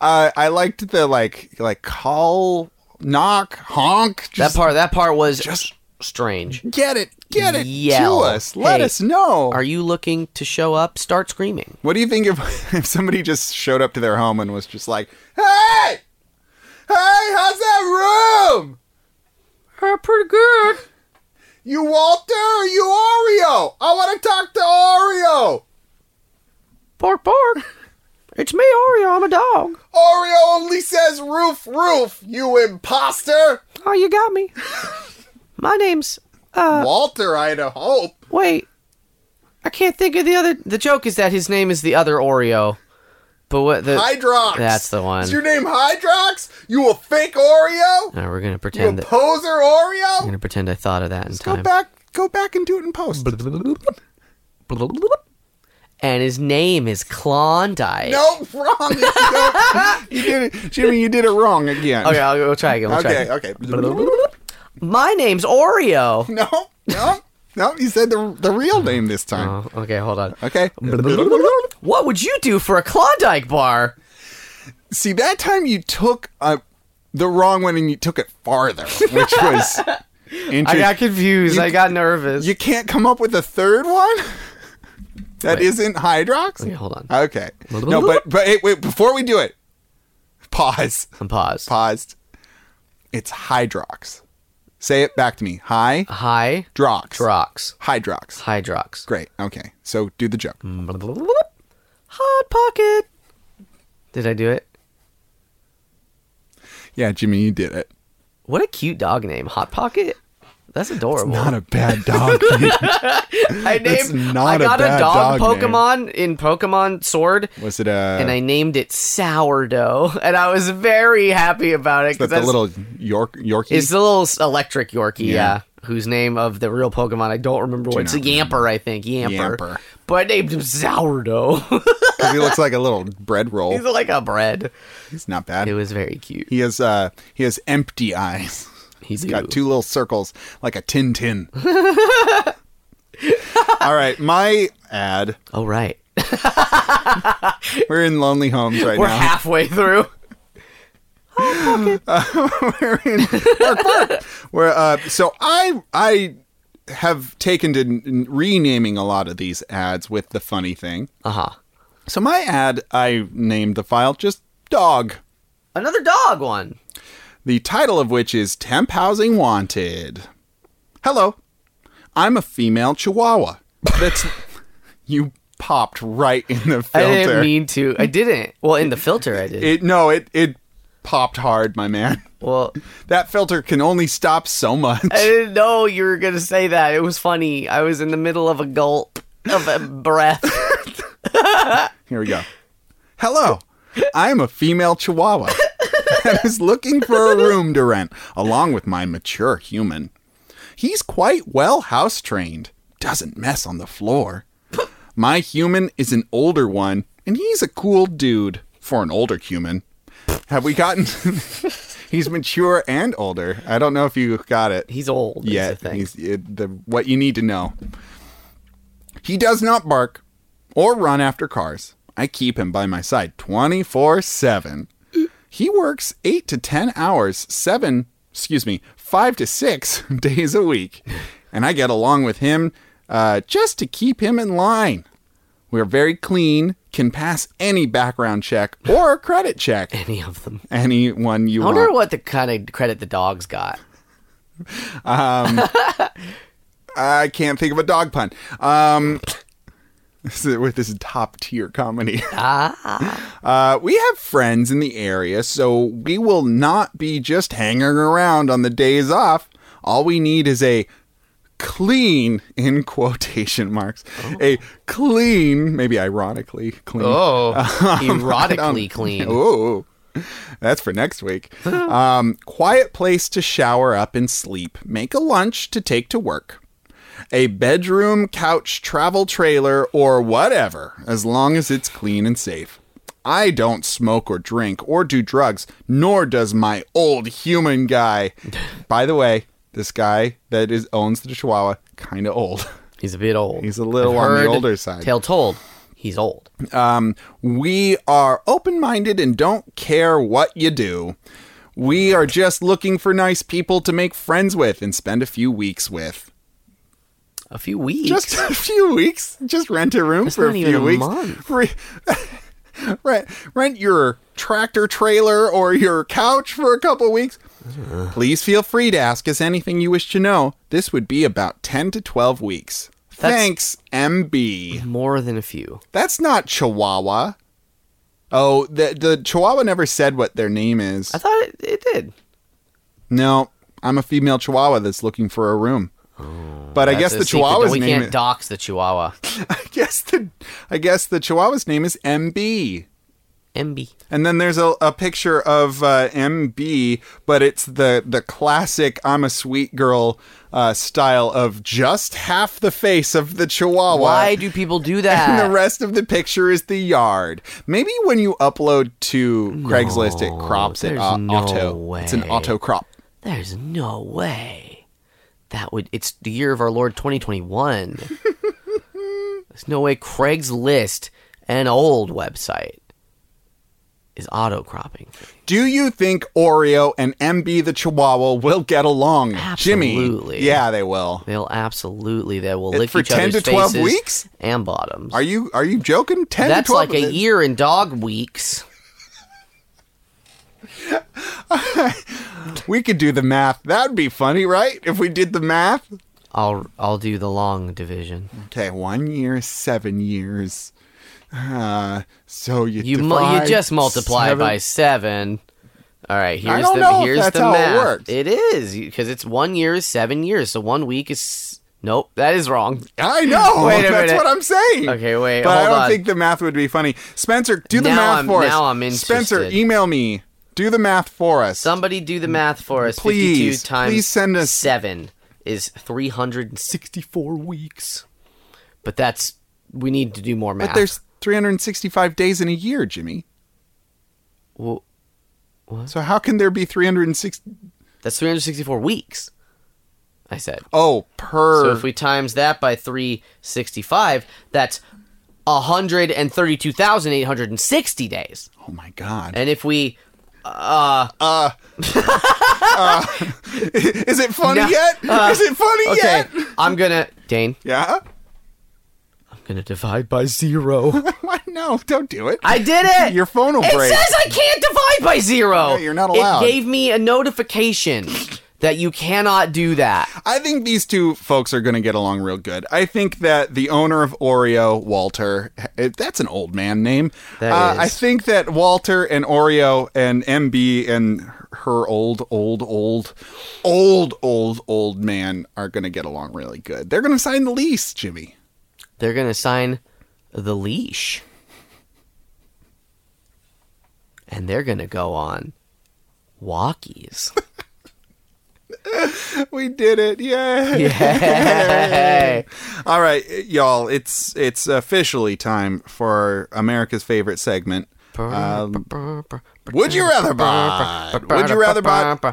Speaker 1: Uh, I liked the like like call, knock, honk. Just
Speaker 2: that part. That part was
Speaker 1: just-
Speaker 2: strange.
Speaker 1: get it, get it
Speaker 2: Yell.
Speaker 1: to us. Let
Speaker 2: Hey,
Speaker 1: us know.
Speaker 2: Are you looking to show up? Start screaming.
Speaker 1: what do you think if [laughs] if somebody just showed up to their home and was just like, hey, hey, how's that room?
Speaker 2: Uh, pretty good.
Speaker 1: You Walter or you Oreo? I want to talk to Oreo.
Speaker 2: Bark, bark. It's me, Oreo. I'm a dog.
Speaker 1: Oreo only says roof, roof. You imposter,
Speaker 2: Oh, you got me. My name's. Uh,
Speaker 1: Walter. I'd hope.
Speaker 2: wait. I can't think of the other. The joke is that his name is the other Oreo. But what the.
Speaker 1: Hydrox.
Speaker 2: That's the one.
Speaker 1: Is your name Hydrox? You a fake Oreo?
Speaker 2: No, we're gonna
Speaker 1: You a
Speaker 2: pretend that. I'm
Speaker 1: poser Oreo?
Speaker 2: gonna pretend I thought of that in
Speaker 1: Go
Speaker 2: time.
Speaker 1: back, go back and do it in post.
Speaker 2: And his name is Klondike.
Speaker 1: No, wrong. [laughs] No, you did it, Jimmy. You did it wrong again.
Speaker 2: Okay, I'll, we'll try again. We'll
Speaker 1: okay, uh- okay.
Speaker 2: Try again. My name's Oreo.
Speaker 1: No, no, no. You said the the real name this time.
Speaker 2: Oh, okay, hold on.
Speaker 1: Okay.
Speaker 2: What would you do for a Klondike bar?
Speaker 1: See, that time you took uh, the wrong one and you took it farther, which [laughs] was interesting.
Speaker 2: I got confused.
Speaker 1: You-
Speaker 2: I got nervous.
Speaker 1: You can't come up with a third one? that
Speaker 2: Wait.
Speaker 1: not Hydrox?
Speaker 2: Okay, hold on.
Speaker 1: Okay. No, but but hey, wait, before we do it. Pause.
Speaker 2: And pause.
Speaker 1: Paused. It's Hydrox. Say it back to me. Hydrox.
Speaker 2: Hi, Drox.
Speaker 1: Hydrox.
Speaker 2: Hydrox.
Speaker 1: Great. Okay. So do the joke.
Speaker 2: Mm. Hot pocket. Did I do it?
Speaker 1: Yeah, Jimmy, you did it.
Speaker 2: What a cute dog name, Hot Pocket. That's adorable.
Speaker 1: Not a bad
Speaker 2: [laughs]
Speaker 1: dog. name.
Speaker 2: I
Speaker 1: that's
Speaker 2: named.
Speaker 1: not
Speaker 2: I
Speaker 1: a
Speaker 2: got
Speaker 1: bad
Speaker 2: dog,
Speaker 1: dog name.
Speaker 2: Pokemon in Pokemon Sword,
Speaker 1: Was it uh, a
Speaker 2: and I named it Sourdough, [laughs] and I was very happy about it
Speaker 1: that's a little York Yorkie?
Speaker 2: It's the little s- electric Yorkie, yeah.
Speaker 1: Yeah.
Speaker 2: Whose name of the real Pokemon I don't remember. What, it's a
Speaker 1: not
Speaker 2: Yamper, I think. Yamper.
Speaker 1: Yamper.
Speaker 2: But I named him Sourdough. [laughs]
Speaker 1: 'Cause he looks like a little bread roll.
Speaker 2: He's like
Speaker 1: [laughs]
Speaker 2: a bread.
Speaker 1: He's not
Speaker 2: It
Speaker 1: bad.
Speaker 2: was very cute.
Speaker 1: He has uh he has empty eyes.
Speaker 2: He's
Speaker 1: Got two little circles like a tin
Speaker 2: [laughs]
Speaker 1: tin. All right, my ad.
Speaker 2: Oh right.
Speaker 1: We're in lonely homes right
Speaker 2: We're
Speaker 1: now.
Speaker 2: halfway through.
Speaker 1: [laughs] we're in Park Park. We're, uh, so I I have taken to n- renaming a lot of these ads with the funny thing.
Speaker 2: Uh huh.
Speaker 1: So my ad, I named the file just dog.
Speaker 2: Another dog one.
Speaker 1: the title of which is Temp Housing Wanted. Hello, I'm a female chihuahua. That's. you popped right in the
Speaker 2: I didn't
Speaker 1: filter.
Speaker 2: mean to. I didn't. Well, in the filter, I did.
Speaker 1: it, no, it, it popped hard, my man.
Speaker 2: well,
Speaker 1: That filter can only stop so much.
Speaker 2: I didn't know you were gonna say that. It was funny. I was in the middle of a gulp of [laughs] a breath.
Speaker 1: Here we go. Hello, I'm a female chihuahua [laughs] that is looking for a room to rent along with my mature human. He's quite well house trained, doesn't mess on the floor. My human is an older one, and he's a cool dude. for an older human. Have we gotten? [laughs] he's mature and older. I don't know if you got it
Speaker 2: He's old. Yeah.
Speaker 1: yet. He's it, the what you need to know. He does not bark or run after cars. I keep him by my side 24 7. He works 8 to 10 hours, 7, excuse me, 5 to 6 [laughs] days a week. And I get along with him uh, just to keep him in line. We're very clean, can pass any background check or credit check,
Speaker 2: [laughs] Any of them.
Speaker 1: any one you
Speaker 2: I wonder
Speaker 1: want.
Speaker 2: what the kind of credit the dogs got.
Speaker 1: I can't think of a dog pun. Um, this is, with this is top tier comedy. [laughs] Uh, we have friends in the area, so we will not be just hanging around on the days off. All we need is a clean, in quotation marks, a clean, maybe ironically clean.
Speaker 2: Oh, [laughs]
Speaker 1: [laughs]
Speaker 2: erotically clean.
Speaker 1: Ooh. That's for next
Speaker 2: [laughs]
Speaker 1: week. Um, quiet place to shower up and sleep. Make a lunch to take to work. A bedroom, couch, travel trailer, or whatever, as long as it's clean and safe. I don't smoke or drink or do drugs, nor does my old human guy.
Speaker 2: [laughs]
Speaker 1: By the way, this guy that is owns the Chihuahua, kind of old.
Speaker 2: He's a bit old.
Speaker 1: He's a little on the older side.
Speaker 2: Tale told, he's old.
Speaker 1: Um, we are open minded and don't care what you do. We are just looking for nice people to make friends with and spend a few weeks with.
Speaker 2: A few weeks.
Speaker 1: Just a few weeks. Just rent a room for a
Speaker 2: not
Speaker 1: few
Speaker 2: even a
Speaker 1: weeks.
Speaker 2: month.
Speaker 1: [laughs] Re- rent, rent your tractor trailer or your couch for a couple weeks. Please feel free to ask us anything you wish to know. This would be about 10 to 12 weeks.
Speaker 2: That's-
Speaker 1: Thanks, MB.
Speaker 2: More than a few.
Speaker 1: That's not Chihuahua. Oh, the the Chihuahua never said what their name is.
Speaker 2: I thought it, it did.
Speaker 1: No, I'm a female Chihuahua that's looking for a room. but I
Speaker 2: Oh, That's
Speaker 1: guess
Speaker 2: a
Speaker 1: the
Speaker 2: secret that
Speaker 1: Chihuahua's
Speaker 2: We
Speaker 1: name.
Speaker 2: can't
Speaker 1: Is,
Speaker 2: dox the Chihuahua.
Speaker 1: [laughs] I guess the I guess the Chihuahua's name is MB.
Speaker 2: MB.
Speaker 1: And then there's a, a picture of uh, MB, but it's the the classic "I'm a sweet girl" uh, style of just half the face of the Chihuahua.
Speaker 2: Why do people do
Speaker 1: [laughs]
Speaker 2: that?
Speaker 1: and the rest of the picture is the yard. Maybe when you upload to Craigslist, it crops it
Speaker 2: there's
Speaker 1: au-
Speaker 2: no
Speaker 1: auto. It's an
Speaker 2: way.
Speaker 1: auto crop.
Speaker 2: There's no way. That would. It's the year of our
Speaker 1: [laughs]
Speaker 2: Lord 2021. There's no way Craigslist, an old website, is auto cropping.
Speaker 1: Do you think Oreo and MB the Chihuahua will get along, Jimmy?
Speaker 2: Absolutely.
Speaker 1: Yeah, they will.
Speaker 2: They'll absolutely. They will lick
Speaker 1: for
Speaker 2: each
Speaker 1: 10
Speaker 2: other's
Speaker 1: to 12
Speaker 2: faces
Speaker 1: weeks?
Speaker 2: and bottoms.
Speaker 1: Are you are you joking? Ten
Speaker 2: That's
Speaker 1: to twelve.
Speaker 2: like a year in dog weeks.
Speaker 1: we could do the math. That'd be funny, right? If we did the math.
Speaker 2: I'll I'll do the long division.
Speaker 1: Okay, one year, is seven years. Uh, so you
Speaker 2: You mu- you
Speaker 1: divide
Speaker 2: just multiply
Speaker 1: seven-
Speaker 2: by seven. All right, here's
Speaker 1: don't
Speaker 2: the
Speaker 1: know if
Speaker 2: here's
Speaker 1: that's
Speaker 2: the
Speaker 1: how it
Speaker 2: math.
Speaker 1: works.
Speaker 2: It is because it's one year is seven years, so one week is nope. That is wrong.
Speaker 1: I know.
Speaker 2: Wait a
Speaker 1: that's
Speaker 2: minute.
Speaker 1: what I'm saying.
Speaker 2: Okay, wait,
Speaker 1: But I
Speaker 2: hold
Speaker 1: don't
Speaker 2: on.
Speaker 1: think the math would be funny. Spencer, do the
Speaker 2: Now
Speaker 1: math
Speaker 2: I'm-
Speaker 1: for us.
Speaker 2: now I'm
Speaker 1: Spencer,
Speaker 2: interested.
Speaker 1: email me. Do the math for us.
Speaker 2: Somebody do the math for us.
Speaker 1: Please,
Speaker 2: 52 times
Speaker 1: please send us-
Speaker 2: seven is three hundred and sixty-four weeks. But that's we need to do more math.
Speaker 1: but there's 365 days in a year, Jimmy.
Speaker 2: Well,
Speaker 1: So how can there be 360?
Speaker 2: that's three hundred sixty-four weeks. I said.
Speaker 1: Oh, per.
Speaker 2: So if we times that by 365, that's 132,860 days.
Speaker 1: oh my God.
Speaker 2: And if we
Speaker 1: [laughs] Is it funny
Speaker 2: No, [laughs] Uh,
Speaker 1: yet? Is it funny
Speaker 2: Okay,
Speaker 1: yet?
Speaker 2: I'm going to Dane,
Speaker 1: Yeah. [laughs]
Speaker 2: I'm going to divide by
Speaker 1: [laughs]
Speaker 2: 0.
Speaker 1: Why no? Don't do it.
Speaker 2: I did it.
Speaker 1: Your phone will
Speaker 2: It
Speaker 1: break.
Speaker 2: says I can't divide by 0.
Speaker 1: No, you're not allowed.
Speaker 2: It gave me a notification that you cannot do that.
Speaker 1: I think these two folks are going to get along real good. I think that the owner of Oreo, Walter, it- that's an old man name.
Speaker 2: That
Speaker 1: uh,
Speaker 2: is.
Speaker 1: I think that Walter and Oreo and MB and her old, old, old, old, old, old man are going to get along really good. They're going to sign the lease, Jimmy. [laughs]
Speaker 2: They're going to sign the leash. And they're going to go on
Speaker 1: [laughs]
Speaker 2: walkies.
Speaker 1: We did it. Yay.
Speaker 2: Yay.
Speaker 1: [laughs] All eh, right, y'all, it's it's officially time for America's favorite segment, Um, would you rather bod? Would you rather bod?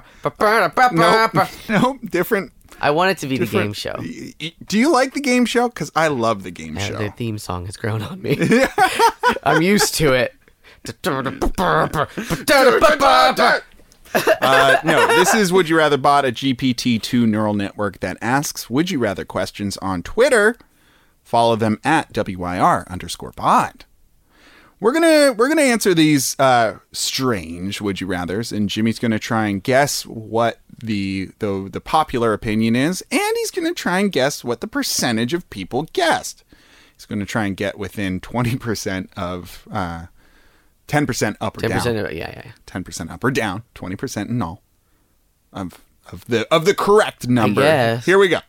Speaker 1: Nope. [laughs] nope. Different.
Speaker 2: I want it to be the game show.
Speaker 1: Y- y- Do you like the game show? Because I love the game
Speaker 2: And The
Speaker 1: show.
Speaker 2: theme song has grown on
Speaker 1: [laughs]
Speaker 2: me. [laughs] I'm used to it.
Speaker 1: Uh, no, this is Would You Rather Bot, a GPT-2 neural network that asks Would You Rather questions on Twitter. Follow them at WYR underscore bot. We're gonna we're gonna answer these uh, strange would you rather's, and Jimmy's gonna try and guess what the the the popular opinion is, and he's gonna try and guess what the percentage of people guessed. He's gonna try and get within twenty percent of uh, ten percent up or
Speaker 2: Ten
Speaker 1: down
Speaker 2: percent. Yeah, yeah. yeah.
Speaker 1: ten percent up or down, twenty percent in all of of the of the correct number.
Speaker 2: guess.
Speaker 1: Here we
Speaker 2: [laughs]
Speaker 1: go.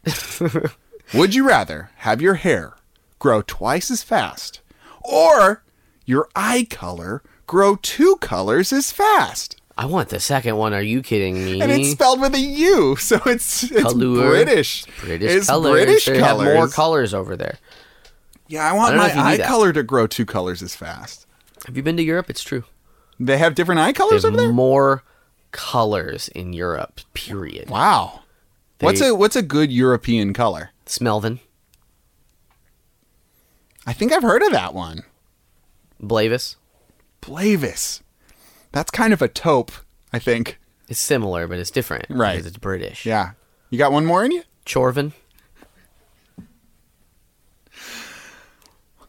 Speaker 1: Would you rather have your hair grow twice as fast, or your eye color grow two colors as fast?
Speaker 2: I want the second one. Are you kidding me?
Speaker 1: And it's spelled with a U, [laughs] so it's it's
Speaker 2: Colour.
Speaker 1: British.
Speaker 2: British
Speaker 1: it's
Speaker 2: colors.
Speaker 1: British
Speaker 2: they have
Speaker 1: colors.
Speaker 2: more colors over there.
Speaker 1: yeah, I want
Speaker 2: I don't know
Speaker 1: my
Speaker 2: if you knew
Speaker 1: eye
Speaker 2: that.
Speaker 1: color to grow two colors as fast.
Speaker 2: Have you been to Europe? It's true.
Speaker 1: They have different eye colors
Speaker 2: There's
Speaker 1: over there.
Speaker 2: more colors in Europe. Period.
Speaker 1: Wow. what's
Speaker 2: They-
Speaker 1: a what's a good European color?
Speaker 2: Smelvin,
Speaker 1: I think I've heard of that one.
Speaker 2: Blavis.
Speaker 1: Blavis. That's kind of a taupe, I think.
Speaker 2: It's similar, but it's different.
Speaker 1: Right.
Speaker 2: Because it's British.
Speaker 1: Yeah. You got one more in you?
Speaker 2: Chorvin.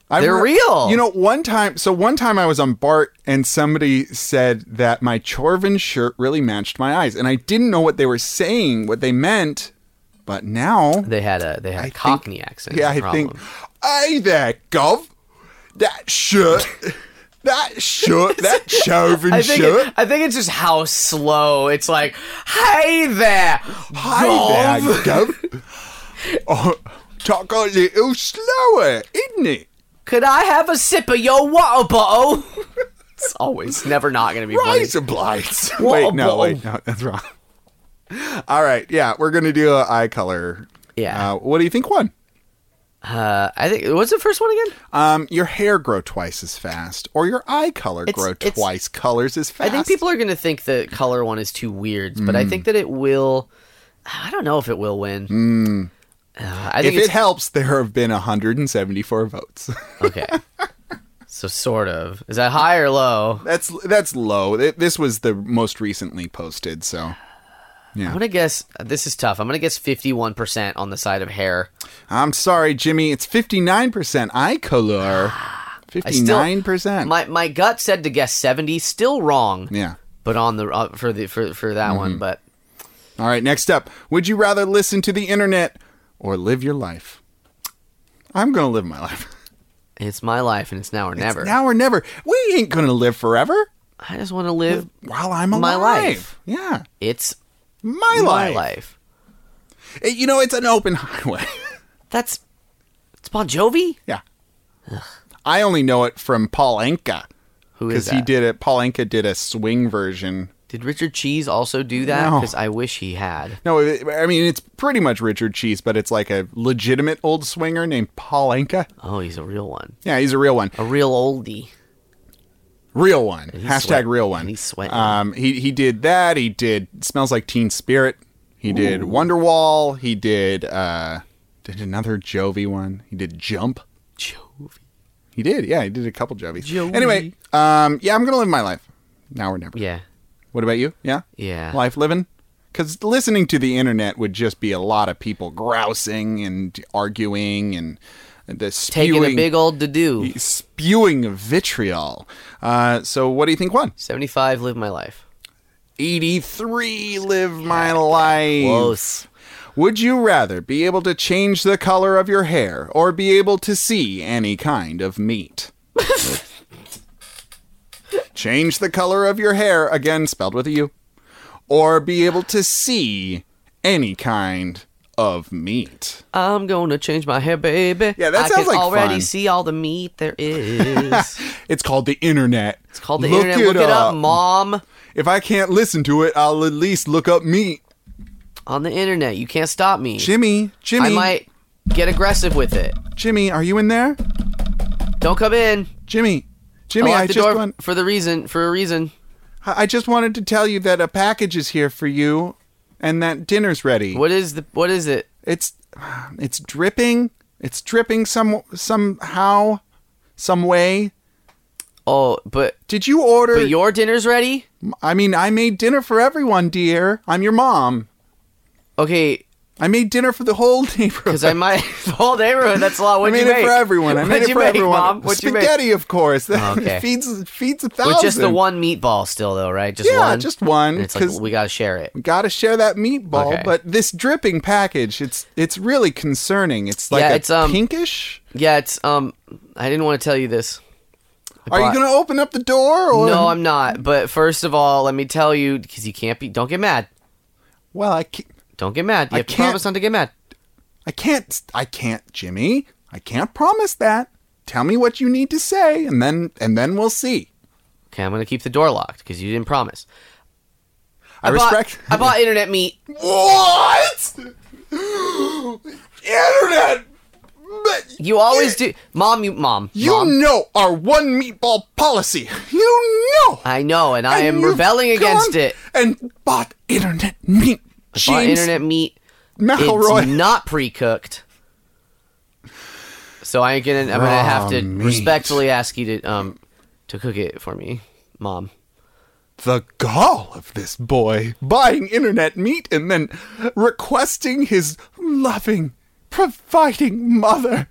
Speaker 1: I
Speaker 2: They're real.
Speaker 1: You know, one time, so one time I was on Bart and somebody said that my Chorvin shirt really matched my eyes. And I didn't know what they were saying, what they meant, but now,
Speaker 2: They had a they had a Cockney accent.
Speaker 1: yeah,
Speaker 2: is
Speaker 1: I
Speaker 2: the
Speaker 1: think,
Speaker 2: problem.
Speaker 1: hey there, Gov. That
Speaker 2: [laughs]
Speaker 1: shirt, that shirt, that Chorvin
Speaker 2: I think,
Speaker 1: shirt.
Speaker 2: it- I think it's just how slow. It's like, hey there,
Speaker 1: Hi
Speaker 2: Gov."
Speaker 1: there, Gov. [laughs] oh, talk a little slower, isn't it?
Speaker 2: Could I have a sip of your water bottle? [laughs] it's always never not gonna be funny.
Speaker 1: Razor blades. [laughs]
Speaker 2: Whoa,
Speaker 1: wait, no,
Speaker 2: whoa.
Speaker 1: wait, no, that's wrong. All right, yeah, we're gonna do a eye color.
Speaker 2: Yeah.
Speaker 1: Uh, what do you think one?
Speaker 2: Uh, I think what's the first one again?
Speaker 1: Um, your hair grow twice as fast, or your eye color grow
Speaker 2: it's-
Speaker 1: twice colors as
Speaker 2: I
Speaker 1: fast.
Speaker 2: think people are gonna think the color one is too weird, but
Speaker 1: Mm.
Speaker 2: I think that it will. I don't know if it will win.
Speaker 1: Mm.
Speaker 2: Uh, I
Speaker 1: If
Speaker 2: think
Speaker 1: it
Speaker 2: it's
Speaker 1: helps, there have been 174 votes. [laughs]
Speaker 2: [laughs] okay. So sort of is that high or low?
Speaker 1: that's that's low. Th- This was the most recently posted, so
Speaker 2: I'm gonna guess this is tough. I'm gonna guess 51 percent on the side of hair.
Speaker 1: I'm sorry, Jimmy. It's 59% eye
Speaker 2: [sighs]
Speaker 1: color. 59%.
Speaker 2: My my gut said to guess 70. Still wrong.
Speaker 1: yeah. Mm-hmm.
Speaker 2: But on the uh, for the for for that one, but
Speaker 1: All right, next up. Would you rather listen to the internet or live your life? I'm going to live my life. [laughs]
Speaker 2: it's my life and it's now or never.
Speaker 1: Now or never. We ain't going to live forever
Speaker 2: I just want to live.
Speaker 1: while I'm alive.
Speaker 2: My life.
Speaker 1: Yeah.
Speaker 2: It's
Speaker 1: My,
Speaker 2: my
Speaker 1: life.
Speaker 2: life.
Speaker 1: Eh, you know, it's an open [laughs] highway.
Speaker 2: That's it's Bon Jovi.
Speaker 1: yeah. I only know it from Paul Anka
Speaker 2: Who is
Speaker 1: because he
Speaker 2: that?
Speaker 1: did it. Paul Anka did a swing version
Speaker 2: Did Richard Cheese also do that?
Speaker 1: No.
Speaker 2: Because I wish he had.
Speaker 1: No, it- I mean it's pretty much Richard Cheese, but it's like a legitimate old swinger named Paul Anka.
Speaker 2: Oh, he's a real one,
Speaker 1: Yeah, he's a real one.
Speaker 2: a real oldie.
Speaker 1: Real one. Hashtag
Speaker 2: sweating.
Speaker 1: real one.
Speaker 2: And he's sweating.
Speaker 1: Um, he he did that. He did smells like Teen Spirit. He did Wonderwall. He did uh, did another Jovi one. He did Jump.
Speaker 2: Jovi.
Speaker 1: He did. Yeah, he did a couple Jovies.
Speaker 2: Jovi.
Speaker 1: Anyway, um, yeah, I'm gonna live my life. Now or never.
Speaker 2: Yeah,
Speaker 1: What about you? Yeah.
Speaker 2: yeah.
Speaker 1: Life living. Because listening to the internet would just be a lot of people grousing and arguing and the
Speaker 2: Taking
Speaker 1: spewing,
Speaker 2: a big old to do.
Speaker 1: spewing of vitriol. Uh, so what do you think won?
Speaker 2: 75. Live my life.
Speaker 1: 83 live my life.
Speaker 2: Close.
Speaker 1: Would you rather be able to change the color of your hair or be able to see any kind of
Speaker 2: [laughs]
Speaker 1: meat? change the color of your hair, again spelled with a U, or be able to see any kind of meat.
Speaker 2: I'm gonna change my hair, baby.
Speaker 1: Yeah, that
Speaker 2: I
Speaker 1: sounds
Speaker 2: can
Speaker 1: like
Speaker 2: already
Speaker 1: fun.
Speaker 2: see all the meat there is.
Speaker 1: It's called the internet.
Speaker 2: it's called the internet. Look it up, mom.
Speaker 1: If I can't listen to it, I'll at least look up meat.
Speaker 2: On the internet, you can't stop me.
Speaker 1: Jimmy, Jimmy,
Speaker 2: I might get aggressive with it.
Speaker 1: Jimmy, are you in there?
Speaker 2: Don't come in.
Speaker 1: Jimmy, Jimmy,
Speaker 2: I
Speaker 1: I,
Speaker 2: locked the
Speaker 1: just
Speaker 2: door
Speaker 1: want,
Speaker 2: for the reason. For a reason.
Speaker 1: I just wanted to tell you that a package is here for you, and that dinner's ready.
Speaker 2: What is the? What is it?
Speaker 1: It's it's dripping. It's dripping some somehow, some way.
Speaker 2: Oh, but
Speaker 1: Did you order?
Speaker 2: but your dinner's ready.
Speaker 1: I mean, I made dinner for everyone, dear. I'm your mom.
Speaker 2: Okay,
Speaker 1: I made dinner for the whole [laughs] neighborhood.
Speaker 2: because I might [laughs] the whole neighborhood. That's a lot.
Speaker 1: I
Speaker 2: What'd
Speaker 1: made
Speaker 2: you
Speaker 1: it
Speaker 2: make?
Speaker 1: for everyone. I made
Speaker 2: What'd
Speaker 1: it
Speaker 2: you
Speaker 1: for
Speaker 2: make,
Speaker 1: everyone.
Speaker 2: Mom? What'd you
Speaker 1: Spaghetti, of course. [laughs] That
Speaker 2: Okay.
Speaker 1: feeds feeds a
Speaker 2: make?
Speaker 1: thousand.
Speaker 2: With just the one meatball, still though, right? Just
Speaker 1: Yeah,
Speaker 2: one.
Speaker 1: just one.
Speaker 2: And it's like
Speaker 1: Because
Speaker 2: we gotta share it.
Speaker 1: gotta share that meatball.
Speaker 2: Okay.
Speaker 1: But this dripping package, it's it's really concerning. It's like
Speaker 2: Yeah,
Speaker 1: a
Speaker 2: it's, um,
Speaker 1: pinkish.
Speaker 2: Yeah, it's um. I didn't want to tell you this.
Speaker 1: Are you
Speaker 2: bought-
Speaker 1: gonna open up the door? Or...
Speaker 2: No, I'm not. But first of all, let me tell you because you can't be. Don't get mad.
Speaker 1: Well, I can't,
Speaker 2: Don't get mad. You
Speaker 1: I
Speaker 2: have to
Speaker 1: can't-
Speaker 2: promise not to get mad.
Speaker 1: I can't. I can't, Jimmy. I can't promise that. Tell me what you need to say, and then and then we'll see.
Speaker 2: Okay, I'm gonna keep the door locked because you didn't promise.
Speaker 1: I,
Speaker 2: bought-
Speaker 1: respect.
Speaker 2: I bought internet meat.
Speaker 1: [laughs] What? [gasps] Internet. But
Speaker 2: You always do, mom. You mom.
Speaker 1: you
Speaker 2: mom.
Speaker 1: know our one meatball policy. You know.
Speaker 2: I know, and I
Speaker 1: And
Speaker 2: am
Speaker 1: you've
Speaker 2: rebelling against
Speaker 1: gone
Speaker 2: it.
Speaker 1: And bought internet meat. James
Speaker 2: Bought internet meat.
Speaker 1: McElroy.
Speaker 2: It's not pre-cooked. So I ain't gonna. I'm gonna have to
Speaker 1: Raw meat.
Speaker 2: respectfully ask you to um to cook it for me, mom.
Speaker 1: the gall of this boy buying internet meat and then requesting his loving, providing mother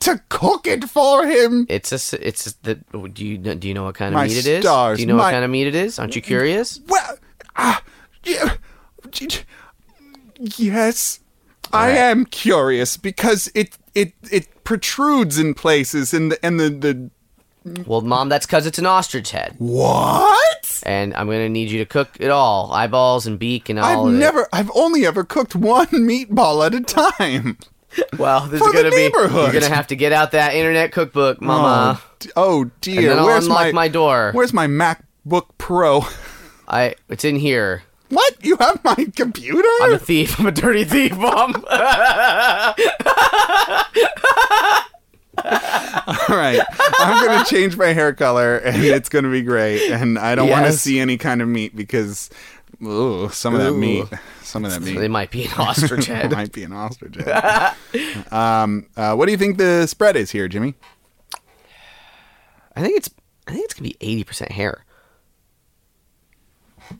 Speaker 1: to cook it for him.
Speaker 2: It's a. s- It's a- the. Do you kn- do you know what kind of
Speaker 1: My
Speaker 2: meat it is?
Speaker 1: stars,
Speaker 2: do you know
Speaker 1: my-
Speaker 2: what kind of meat it is? Aren't you curious?
Speaker 1: Well, ah, yeah, j- j- yes, I am curious because it it it protrudes in places and the and the the
Speaker 2: Well, mom, that's because it's an ostrich head,
Speaker 1: what?
Speaker 2: and I'm gonna need you to cook it all, eyeballs and beak and all.
Speaker 1: I've
Speaker 2: of it.
Speaker 1: never, I've only ever cooked one meatball at a time.
Speaker 2: Well, this
Speaker 1: For
Speaker 2: is gonna
Speaker 1: the
Speaker 2: be. You're
Speaker 1: neighborhood.
Speaker 2: gonna have to get out that internet cookbook, mama.
Speaker 1: oh, d- oh dear,
Speaker 2: Uh. then I'll
Speaker 1: where's
Speaker 2: unlock
Speaker 1: my
Speaker 2: my door.
Speaker 1: Where's my MacBook Pro? [laughs]
Speaker 2: I. It's in here.
Speaker 1: What? You have my computer? [laughs]
Speaker 2: I'm a thief. I'm a dirty thief, mom.
Speaker 1: All right. I'm going to change my hair color and it's going to be great. And I don't want to
Speaker 2: Yes.
Speaker 1: see any kind of meat because ooh, some of that
Speaker 2: Ooh.
Speaker 1: meat, some of that meat [laughs]
Speaker 2: they might be an ostrich head.
Speaker 1: might be an ostrich. head. um, uh, what do you think the spread is here, Jimmy?
Speaker 2: I think it's. I think it's gonna be eighty percent hair.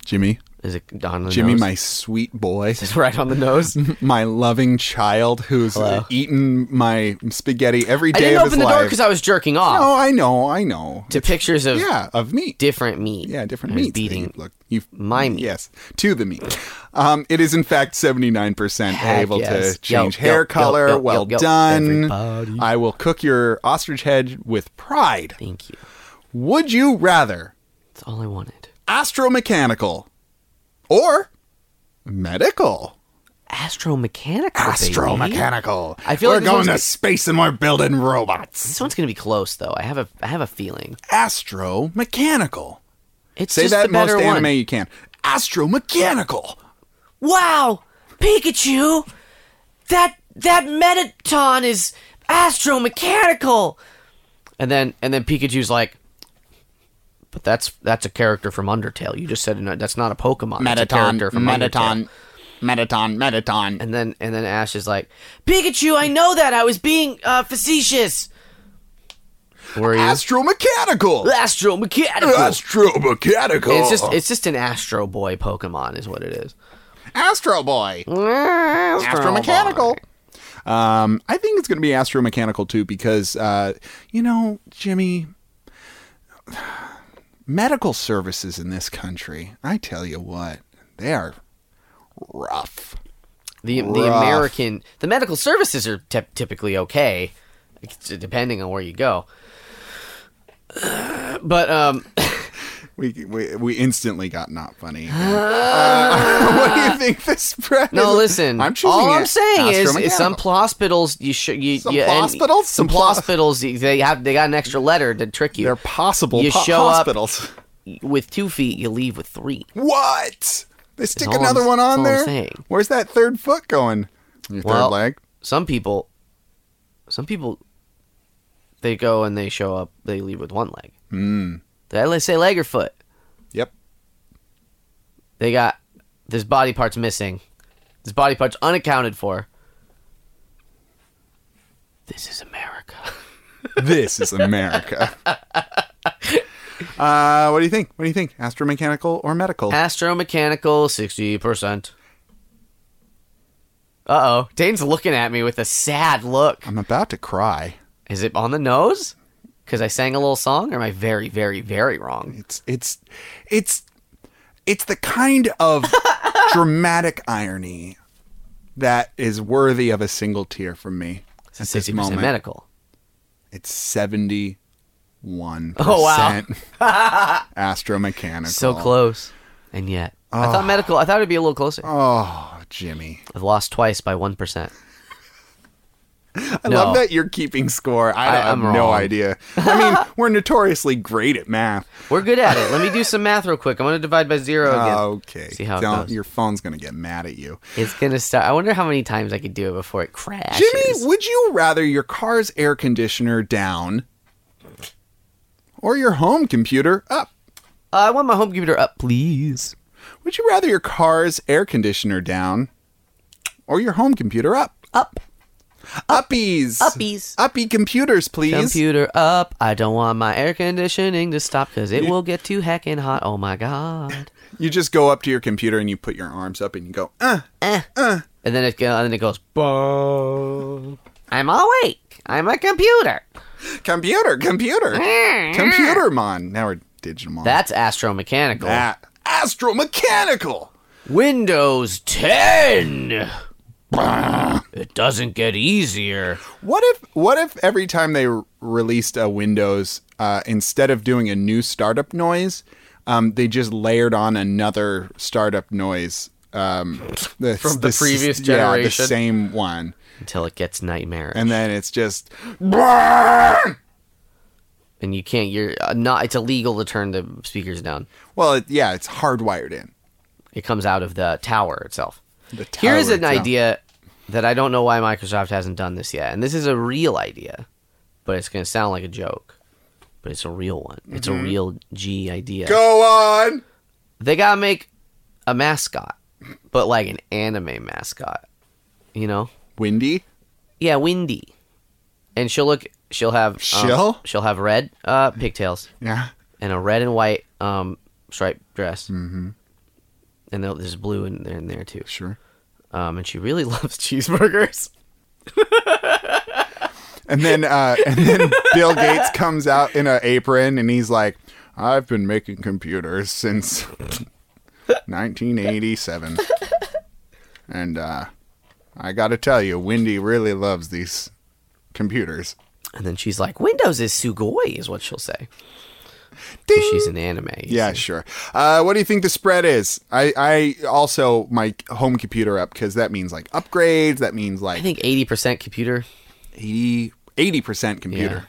Speaker 1: Jimmy,
Speaker 2: Is it on the
Speaker 1: Jimmy,
Speaker 2: nose?
Speaker 1: my sweet [laughs] boy.
Speaker 2: [laughs] It's right on
Speaker 1: [laughs]
Speaker 2: the nose.
Speaker 1: My loving child who's
Speaker 2: Hello.
Speaker 1: eaten my spaghetti every
Speaker 2: I
Speaker 1: day
Speaker 2: didn't
Speaker 1: of his
Speaker 2: open the door
Speaker 1: life.
Speaker 2: because I was jerking off
Speaker 1: Oh, I know, I know.
Speaker 2: to pictures of
Speaker 1: Yeah, of meat.
Speaker 2: different meat.
Speaker 1: Yeah, different
Speaker 2: I was
Speaker 1: meats. that
Speaker 2: Beating.
Speaker 1: you've looked- you've-
Speaker 2: my meat.
Speaker 1: Yes, to the meat. Um, it is in fact seventy nine percent
Speaker 2: Heck
Speaker 1: able
Speaker 2: yes.
Speaker 1: to change
Speaker 2: Yo, yo,
Speaker 1: hair
Speaker 2: yo,
Speaker 1: color.
Speaker 2: yo, yo,
Speaker 1: well
Speaker 2: yo,
Speaker 1: done.
Speaker 2: everybody.
Speaker 1: I will cook your ostrich head with pride.
Speaker 2: Thank you.
Speaker 1: Would you rather
Speaker 2: That's all I wanted.
Speaker 1: astromechanical or medical?
Speaker 2: Astromechanical. baby.
Speaker 1: Astromechanical.
Speaker 2: I feel
Speaker 1: we're
Speaker 2: like this
Speaker 1: going
Speaker 2: one's
Speaker 1: to
Speaker 2: g-
Speaker 1: space and we're building robots.
Speaker 2: This one's gonna be close though. I have a. I have a feeling.
Speaker 1: Astromechanical.
Speaker 2: It's
Speaker 1: Say
Speaker 2: just
Speaker 1: that
Speaker 2: the
Speaker 1: most
Speaker 2: better one.
Speaker 1: anime you can. Astromechanical.
Speaker 2: Wow, Pikachu! That that Metaton is astromechanical. And then and then Pikachu's like, but that's that's a character from Undertale. You just said no, that's not a Pokemon. It's a character from Undertale.
Speaker 1: Metaton, Metaton.
Speaker 2: And then and then Ash is like, Pikachu, I know that I was being uh, facetious. Were you
Speaker 1: Astromechanical.
Speaker 2: astromechanical?
Speaker 1: Astromechanical.
Speaker 2: It's just it's just an Astro Boy Pokemon is what it is.
Speaker 1: Astro Boy. Astromechanical. Um, I think it's going to be Astromechanical too because, uh, you know, Jimmy, [sighs] medical services in this country, I tell you what, they are rough.
Speaker 2: The the
Speaker 1: Rough.
Speaker 2: American the medical services are te- typically okay, it's- depending on where you go. [sighs] But um, [laughs]
Speaker 1: We, we, we instantly got not funny.
Speaker 2: [gasps]
Speaker 1: Uh, [laughs] what do you think this spread
Speaker 2: no,
Speaker 1: is?
Speaker 2: listen.
Speaker 1: I'm choosing
Speaker 2: all
Speaker 1: it.
Speaker 2: I'm saying is, is some
Speaker 1: Astromechanical.
Speaker 2: pl- hospitals you should you,
Speaker 1: Some
Speaker 2: you and
Speaker 1: hospitals? Some
Speaker 2: some
Speaker 1: pl-
Speaker 2: hospitals they have they got an extra letter to trick you.
Speaker 1: They're possible
Speaker 2: You
Speaker 1: po-
Speaker 2: show up-
Speaker 1: hospitals.
Speaker 2: with two feet, you leave with three.
Speaker 1: [laughs] What? They stick
Speaker 2: all I'm-
Speaker 1: another one
Speaker 2: that's
Speaker 1: on
Speaker 2: all I'm
Speaker 1: there?
Speaker 2: saying.
Speaker 1: Where's that third foot going? Your
Speaker 2: Well,
Speaker 1: third leg?
Speaker 2: Some people, some people, they go and they show up. They leave with one leg.
Speaker 1: Hmm.
Speaker 2: Did I say leg or foot?
Speaker 1: Yep.
Speaker 2: They got this body part's missing. This body part's unaccounted for. This
Speaker 1: [laughs]
Speaker 2: is America.
Speaker 1: This is
Speaker 2: [laughs]
Speaker 1: America. uh, what do you think? What do you think? Astromechanical or medical?
Speaker 2: Astromechanical, sixty percent. Uh oh, Dane's looking at me with a sad look.
Speaker 1: I'm about to cry.
Speaker 2: Is it on the nose? Because I sang a little song, or am I very, very, very wrong?
Speaker 1: It's it's it's it's the kind of dramatic irony that is worthy of a single tear from me at
Speaker 2: It's
Speaker 1: this
Speaker 2: sixty
Speaker 1: moment.
Speaker 2: percent medical.
Speaker 1: It's seventy one
Speaker 2: Oh, wow. [laughs]
Speaker 1: percent astromechanical.
Speaker 2: So close, and yet I
Speaker 1: Ah.
Speaker 2: thought medical. I thought it'd be a little closer.
Speaker 1: Oh, Jimmy.
Speaker 2: I've lost twice by one percent.
Speaker 1: I
Speaker 2: No.
Speaker 1: love that you're keeping score. I,
Speaker 2: I-
Speaker 1: have
Speaker 2: I'm
Speaker 1: no
Speaker 2: wrong. [laughs]
Speaker 1: idea. I mean, we're notoriously great at math.
Speaker 2: We're good at it. Let me do some math real quick. I'm gonna divide by zero again.
Speaker 1: Okay.
Speaker 2: See how it
Speaker 1: Don't-
Speaker 2: goes.
Speaker 1: Your phone's going to get mad at you.
Speaker 2: It's gonna start. I wonder how many times I could do it before it crashes.
Speaker 1: Jimmy, would you rather your car's air conditioner down or your home computer up?
Speaker 2: Uh, I want my home computer up, please.
Speaker 1: Would you rather your car's air conditioner down or your home computer up?
Speaker 2: Up,
Speaker 1: Uppies.
Speaker 2: uppies.
Speaker 1: Uppy computers, please.
Speaker 2: Computer up. I don't want my air conditioning to stop because it will get too heckin' hot. Oh my god.
Speaker 1: you just go up to your computer and you put your arms up and you go, uh,
Speaker 2: Eh. And then it go- and then it goes. Boom. I'm awake. I'm a computer.
Speaker 1: computer, computer, computer, mon. Now we're digital mon.
Speaker 2: That's astromechanical.
Speaker 1: that. Astromechanical.
Speaker 2: Windows 10. it doesn't get easier.
Speaker 1: What if what if every time they r- released a Windows, uh, instead of doing a new startup noise, um, they just layered on another startup noise um,
Speaker 2: [laughs] From the
Speaker 1: s-
Speaker 2: previous
Speaker 1: yeah, the
Speaker 2: generation?
Speaker 1: same one,
Speaker 2: Until it gets nightmarish.
Speaker 1: and then it's just [laughs] well,
Speaker 2: and you can't you're uh, not it's illegal to turn the speakers down
Speaker 1: it, yeah, it's hardwired in.
Speaker 2: it comes out of the tower itself
Speaker 1: The
Speaker 2: here's
Speaker 1: tower
Speaker 2: an
Speaker 1: itself.
Speaker 2: idea that i don't know why microsoft hasn't done this yet and this is a real idea but it's going to sound like a joke but it's a real one it's a real g idea
Speaker 1: Mm-hmm. Go on.
Speaker 2: they gotta make a mascot but like an anime mascot you know
Speaker 1: Windy.
Speaker 2: yeah windy and she'll look she'll have um,
Speaker 1: She'll?
Speaker 2: she'll have red uh pigtails
Speaker 1: Yeah.
Speaker 2: and a red and white um striped dress. Mm-hmm. And there- there's blue in there, in there too.
Speaker 1: Sure.
Speaker 2: Um, and she really [laughs] loves cheeseburgers.
Speaker 1: And then uh, [laughs] and then Bill Gates comes out in an apron and he's like, "I've been making computers since [laughs] 1987, and uh, I got to tell you, Wendy really loves these computers."
Speaker 2: And then she's like, "Windows is sugoi," is what she'll say. 'Cause
Speaker 1: Ding.
Speaker 2: She's an anime. you
Speaker 1: Yeah, sure. Uh, what do you think the spread is? I, I also my home computer up because that means like upgrades. That means
Speaker 2: I
Speaker 1: like
Speaker 2: think eighty percent computer.
Speaker 1: 80 percent computer.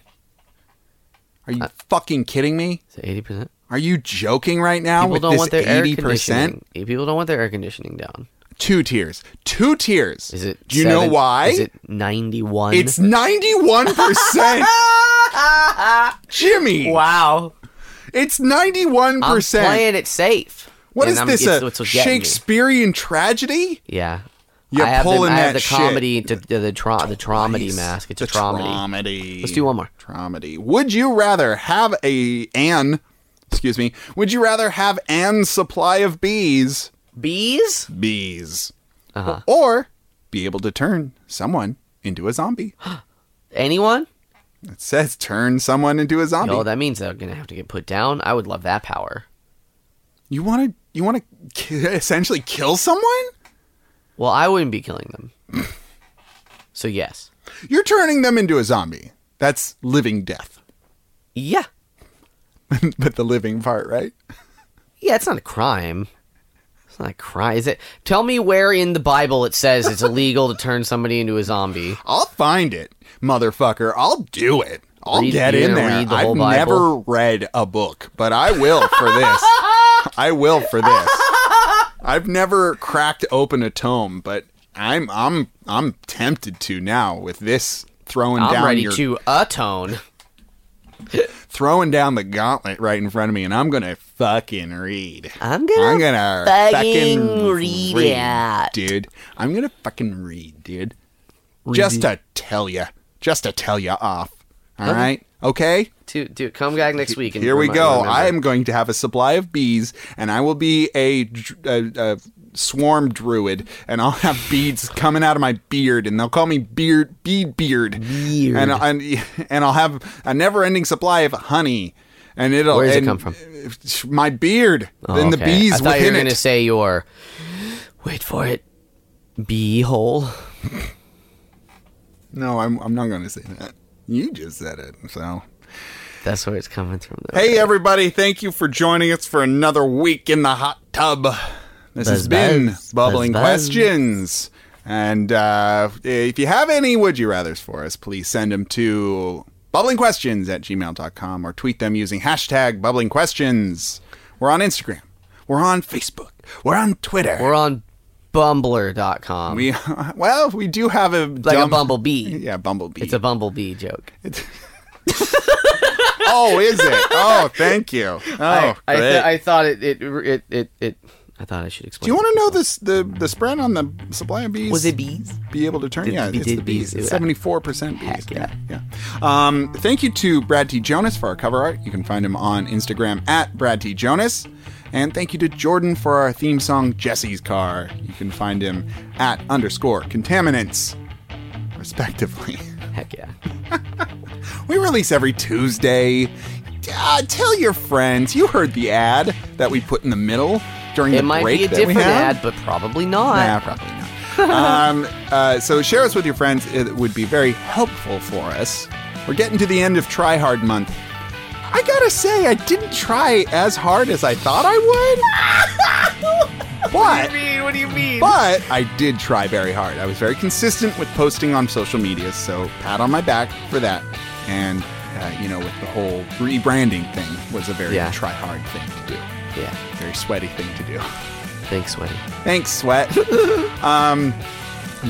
Speaker 1: Are
Speaker 2: Uh,
Speaker 1: you fucking kidding me?
Speaker 2: Is it eighty percent?
Speaker 1: Are you joking right now
Speaker 2: People
Speaker 1: with
Speaker 2: don't
Speaker 1: this
Speaker 2: want their air
Speaker 1: 80%?
Speaker 2: conditioning. eh, People don't want their air conditioning down.
Speaker 1: Two tiers. Two tiers.
Speaker 2: Is it?
Speaker 1: Do you know
Speaker 2: seven-
Speaker 1: why?
Speaker 2: Is it ninety-one?
Speaker 1: it's
Speaker 2: [laughs]
Speaker 1: 91%. Jimmy,
Speaker 2: wow.
Speaker 1: it's
Speaker 2: I'm
Speaker 1: 91%.
Speaker 2: playing it safe.
Speaker 1: what
Speaker 2: And
Speaker 1: is
Speaker 2: I'm-
Speaker 1: this,
Speaker 2: it's-
Speaker 1: a
Speaker 2: it's what's getting me.
Speaker 1: Shakespearean tragedy?
Speaker 2: Yeah.
Speaker 1: You're
Speaker 2: I have
Speaker 1: pulling
Speaker 2: the, I
Speaker 1: that
Speaker 2: have the
Speaker 1: shit.
Speaker 2: comedy to the, the, tra- the tromedy
Speaker 1: Nice.
Speaker 2: mask. It's
Speaker 1: the
Speaker 2: a tromedy.
Speaker 1: tromedy.
Speaker 2: Let's do one more.
Speaker 1: Tromedy. Would you rather have a an, excuse me, would you rather have an supply of bees,
Speaker 2: Bees?
Speaker 1: bees,
Speaker 2: Uh-huh.
Speaker 1: or be able to turn someone into a
Speaker 2: [gasps]
Speaker 1: zombie?
Speaker 2: Anyone?
Speaker 1: It says turn someone into a zombie.
Speaker 2: No, that means they're gonna have to get put down. I would love that power.
Speaker 1: you want to you want to ki- essentially kill someone?
Speaker 2: Well, I wouldn't be killing them.
Speaker 1: [laughs]
Speaker 2: so yes.
Speaker 1: You're turning them into a zombie. That's living death. [laughs]
Speaker 2: Yeah.
Speaker 1: but the living part, right?
Speaker 2: Yeah, it's not a crime. It's not a crime. Is it tell me where in the Bible it
Speaker 1: [laughs]
Speaker 2: says it's illegal to turn somebody into a zombie.
Speaker 1: I'll find it, motherfucker. I'll do it. I'll
Speaker 2: Read-
Speaker 1: get
Speaker 2: you're
Speaker 1: in
Speaker 2: gonna
Speaker 1: there.
Speaker 2: read the
Speaker 1: I've
Speaker 2: whole
Speaker 1: never
Speaker 2: Bible?
Speaker 1: read a book, but I will for
Speaker 2: [laughs]
Speaker 1: this. I will for this. I've never cracked open a tome, but I'm I'm I'm tempted to now with this throwing
Speaker 2: I'm
Speaker 1: down
Speaker 2: ready
Speaker 1: your
Speaker 2: to atone.
Speaker 1: throwing down the gauntlet right in front of me, and I'm gonna fucking read.
Speaker 2: I'm gonna
Speaker 1: I'm gonna
Speaker 2: fucking
Speaker 1: fucking,
Speaker 2: read
Speaker 1: read,
Speaker 2: it.
Speaker 1: dude. I'm gonna fucking read, dude. Just to tell you, just to tell you off. All right, okay.
Speaker 2: Dude, dude, come back next week. And
Speaker 1: Here we
Speaker 2: remi-
Speaker 1: go.
Speaker 2: remember.
Speaker 1: I am going to have a supply of bees, and I will be a, dr- a, a swarm druid, and I'll have [laughs] beads coming out of my beard, and they'll call me beard bead beard,
Speaker 2: Beard.
Speaker 1: and and, [laughs] and I'll have a never-ending supply of honey, and it'll.
Speaker 2: Where does it
Speaker 1: and
Speaker 2: come from?
Speaker 1: [laughs] My beard,
Speaker 2: Oh,
Speaker 1: and the
Speaker 2: okay.
Speaker 1: bees
Speaker 2: I thought you
Speaker 1: within
Speaker 2: were gonna
Speaker 1: it.
Speaker 2: say your. Wait for it. Bee hole.
Speaker 1: no, I'm I'm not going to say that. You just said it, so.
Speaker 2: That's where it's coming from. Though.
Speaker 1: Hey everybody, thank you for joining us for another week in the hot tub. This
Speaker 2: Buzz,
Speaker 1: has been
Speaker 2: buzz,
Speaker 1: Bubbling
Speaker 2: buzz, buzz.
Speaker 1: Questions. And uh, if you have any would you rathers for us, please send them to bubblingquestions at gmail.com or tweet them using hashtag bubblingquestions. We're on Instagram. We're on Facebook. We're on Twitter.
Speaker 2: We're on Bumbler.com.
Speaker 1: we [laughs] well, we do have a
Speaker 2: like a
Speaker 1: dumb-
Speaker 2: bumblebee.
Speaker 1: Yeah, bumblebee.
Speaker 2: It's a bumblebee joke.
Speaker 1: oh, is it? Oh, thank you. Oh,
Speaker 2: [laughs] I, I,
Speaker 1: great.
Speaker 2: th- I thought it it, it it it I thought I should explain.
Speaker 1: Do you want to know this the the spread on the supply of bees?
Speaker 2: Was it bees?
Speaker 1: Be able to turn?
Speaker 2: Did-
Speaker 1: yeah,
Speaker 2: did-
Speaker 1: it's
Speaker 2: did
Speaker 1: the bees.
Speaker 2: bees-
Speaker 1: It's seventy four percent bees.
Speaker 2: Heck yeah.
Speaker 1: yeah. Um, thank you to Brad T Jonas for our cover art. You can find him on Instagram at Brad T Jonas, and thank you to Jordan for our theme song Jesse's Car. You can find him at underscore contaminants, respectively. [laughs]
Speaker 2: Heck yeah.
Speaker 1: We release every Tuesday. Uh, tell your friends. You heard the ad that we put in the middle during
Speaker 2: It
Speaker 1: the
Speaker 2: might
Speaker 1: break
Speaker 2: be a
Speaker 1: that
Speaker 2: different
Speaker 1: we had.
Speaker 2: ad, but probably not.
Speaker 1: Nah, probably not. um, uh, so share us with your friends. It would be very helpful for us. We're getting to the end of Try Hard Month. I gotta say, I didn't try as hard as I thought I would.
Speaker 2: What
Speaker 1: but
Speaker 2: do you mean? What do you mean?
Speaker 1: but I did try very hard. I was very consistent with posting on social media, so pat on my back for that. And uh, you know, with the whole rebranding thing, was a very
Speaker 2: Yeah.
Speaker 1: try hard thing to do,
Speaker 2: yeah.
Speaker 1: very sweaty thing to do.
Speaker 2: Thanks, Wayne.
Speaker 1: Thanks,
Speaker 2: [laughs]
Speaker 1: Sweat. um, and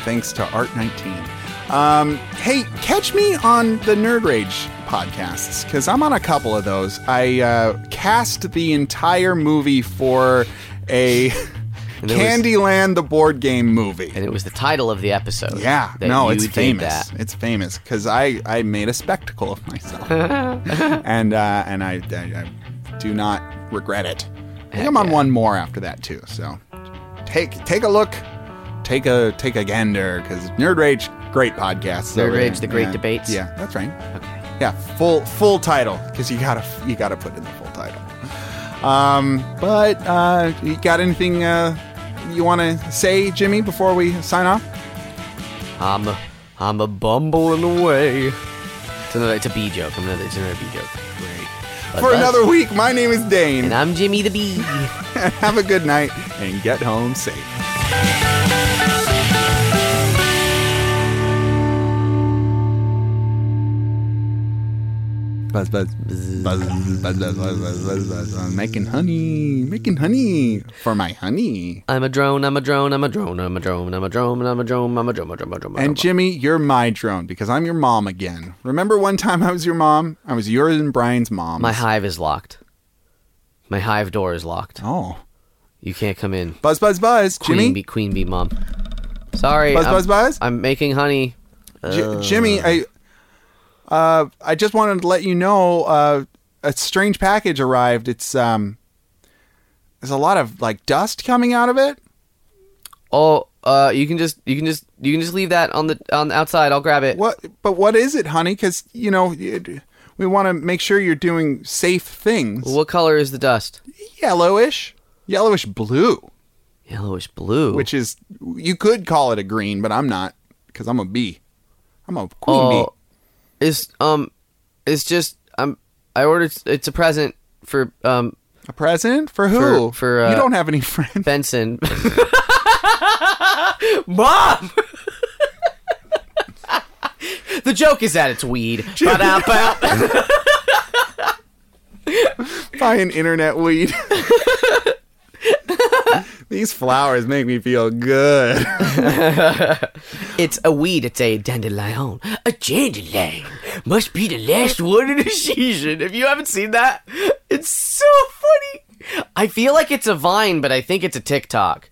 Speaker 1: thanks to Art19. Um, hey, catch me on the Nerd Rage podcasts because I'm on a couple of those. I uh, cast the entire movie for
Speaker 2: [laughs]
Speaker 1: a
Speaker 2: it was-
Speaker 1: Candyland the board game movie.
Speaker 2: And it was the title of the episode.
Speaker 1: Yeah,
Speaker 2: that
Speaker 1: no,
Speaker 2: you
Speaker 1: it's
Speaker 2: did
Speaker 1: famous.
Speaker 2: that.
Speaker 1: It's famous because I, I made a spectacle of myself,
Speaker 2: [laughs]
Speaker 1: and uh, and I, I, I do not regret it. I think
Speaker 2: Heck
Speaker 1: I'm on
Speaker 2: yeah.
Speaker 1: one more after that too. So take take a look, take a take a gander because Nerd Rage, great podcast. So,
Speaker 2: Nerd Rage,
Speaker 1: yeah,
Speaker 2: The Great
Speaker 1: yeah,
Speaker 2: Debates?
Speaker 1: Yeah, that's right. Yeah, full full title because you gotta you gotta put in the full title. Um, but uh, you got anything uh, you want to say, Jimmy, before we sign off?
Speaker 2: I'm a, I'm a bumbling away. It's another. It's a bee joke. I'm another. It's another bee joke. But
Speaker 1: for
Speaker 2: that's-
Speaker 1: another week. My name is
Speaker 2: And
Speaker 1: Dane.
Speaker 2: I'm Jimmy the Bee.
Speaker 1: [laughs] Have a good night and get home safe. Buzz, buzz, buzz, buzz, buzz, buzz, buzz, buzz, buzz. I'm making honey, making honey for my honey.
Speaker 2: I'm a drone. I'm a drone. I'm a drone. I'm a drone. I'm a drone. I'm a drone. I'm a drone. I'm a drone. I'm a drone. I'm a
Speaker 1: And
Speaker 2: drone.
Speaker 1: Jimmy, you're my drone because I'm your mom again. Remember one time I was your mom? I was yours and Brian's mom.
Speaker 2: My hive is locked. My hive door is locked.
Speaker 1: oh,
Speaker 2: You can't come in.
Speaker 1: buzz, buzz, buzz,
Speaker 2: Queen
Speaker 1: Jimmy.
Speaker 2: bee. Queen bee mom. Sorry.
Speaker 1: Buzz,
Speaker 2: I'm,
Speaker 1: buzz, buzz.
Speaker 2: I'm making honey.
Speaker 1: J-
Speaker 2: Oh.
Speaker 1: Jimmy, I uh, I just wanted to let you know uh, a strange package arrived. It's um, there's a lot of like dust coming out of it.
Speaker 2: Oh, uh, you can just you can just you can just leave that on the on the outside. I'll grab it.
Speaker 1: What? But what is it, honey? Because you know it, we want to make sure you're doing safe things.
Speaker 2: What color is the dust?
Speaker 1: Yellowish, yellowish blue,
Speaker 2: Yellowish blue.
Speaker 1: which is you could call it a green, but I'm not because I'm a bee. I'm a queen bee.
Speaker 2: Oh, It's um, it's just um, I ordered. It's a present for um
Speaker 1: A present for who?
Speaker 2: For- for, uh,
Speaker 1: you don't have any [laughs] friends.
Speaker 2: Benson. Mom. the joke is that it's weed. Ba-da-ba.
Speaker 1: buy an internet weed. the [laughs] These flowers make me feel good.
Speaker 2: It's a weed. It's a dandelion. A dandelion must be the last one in the season. If you haven't seen that, it's so funny. I feel like it's a vine, but I think it's a TikTok.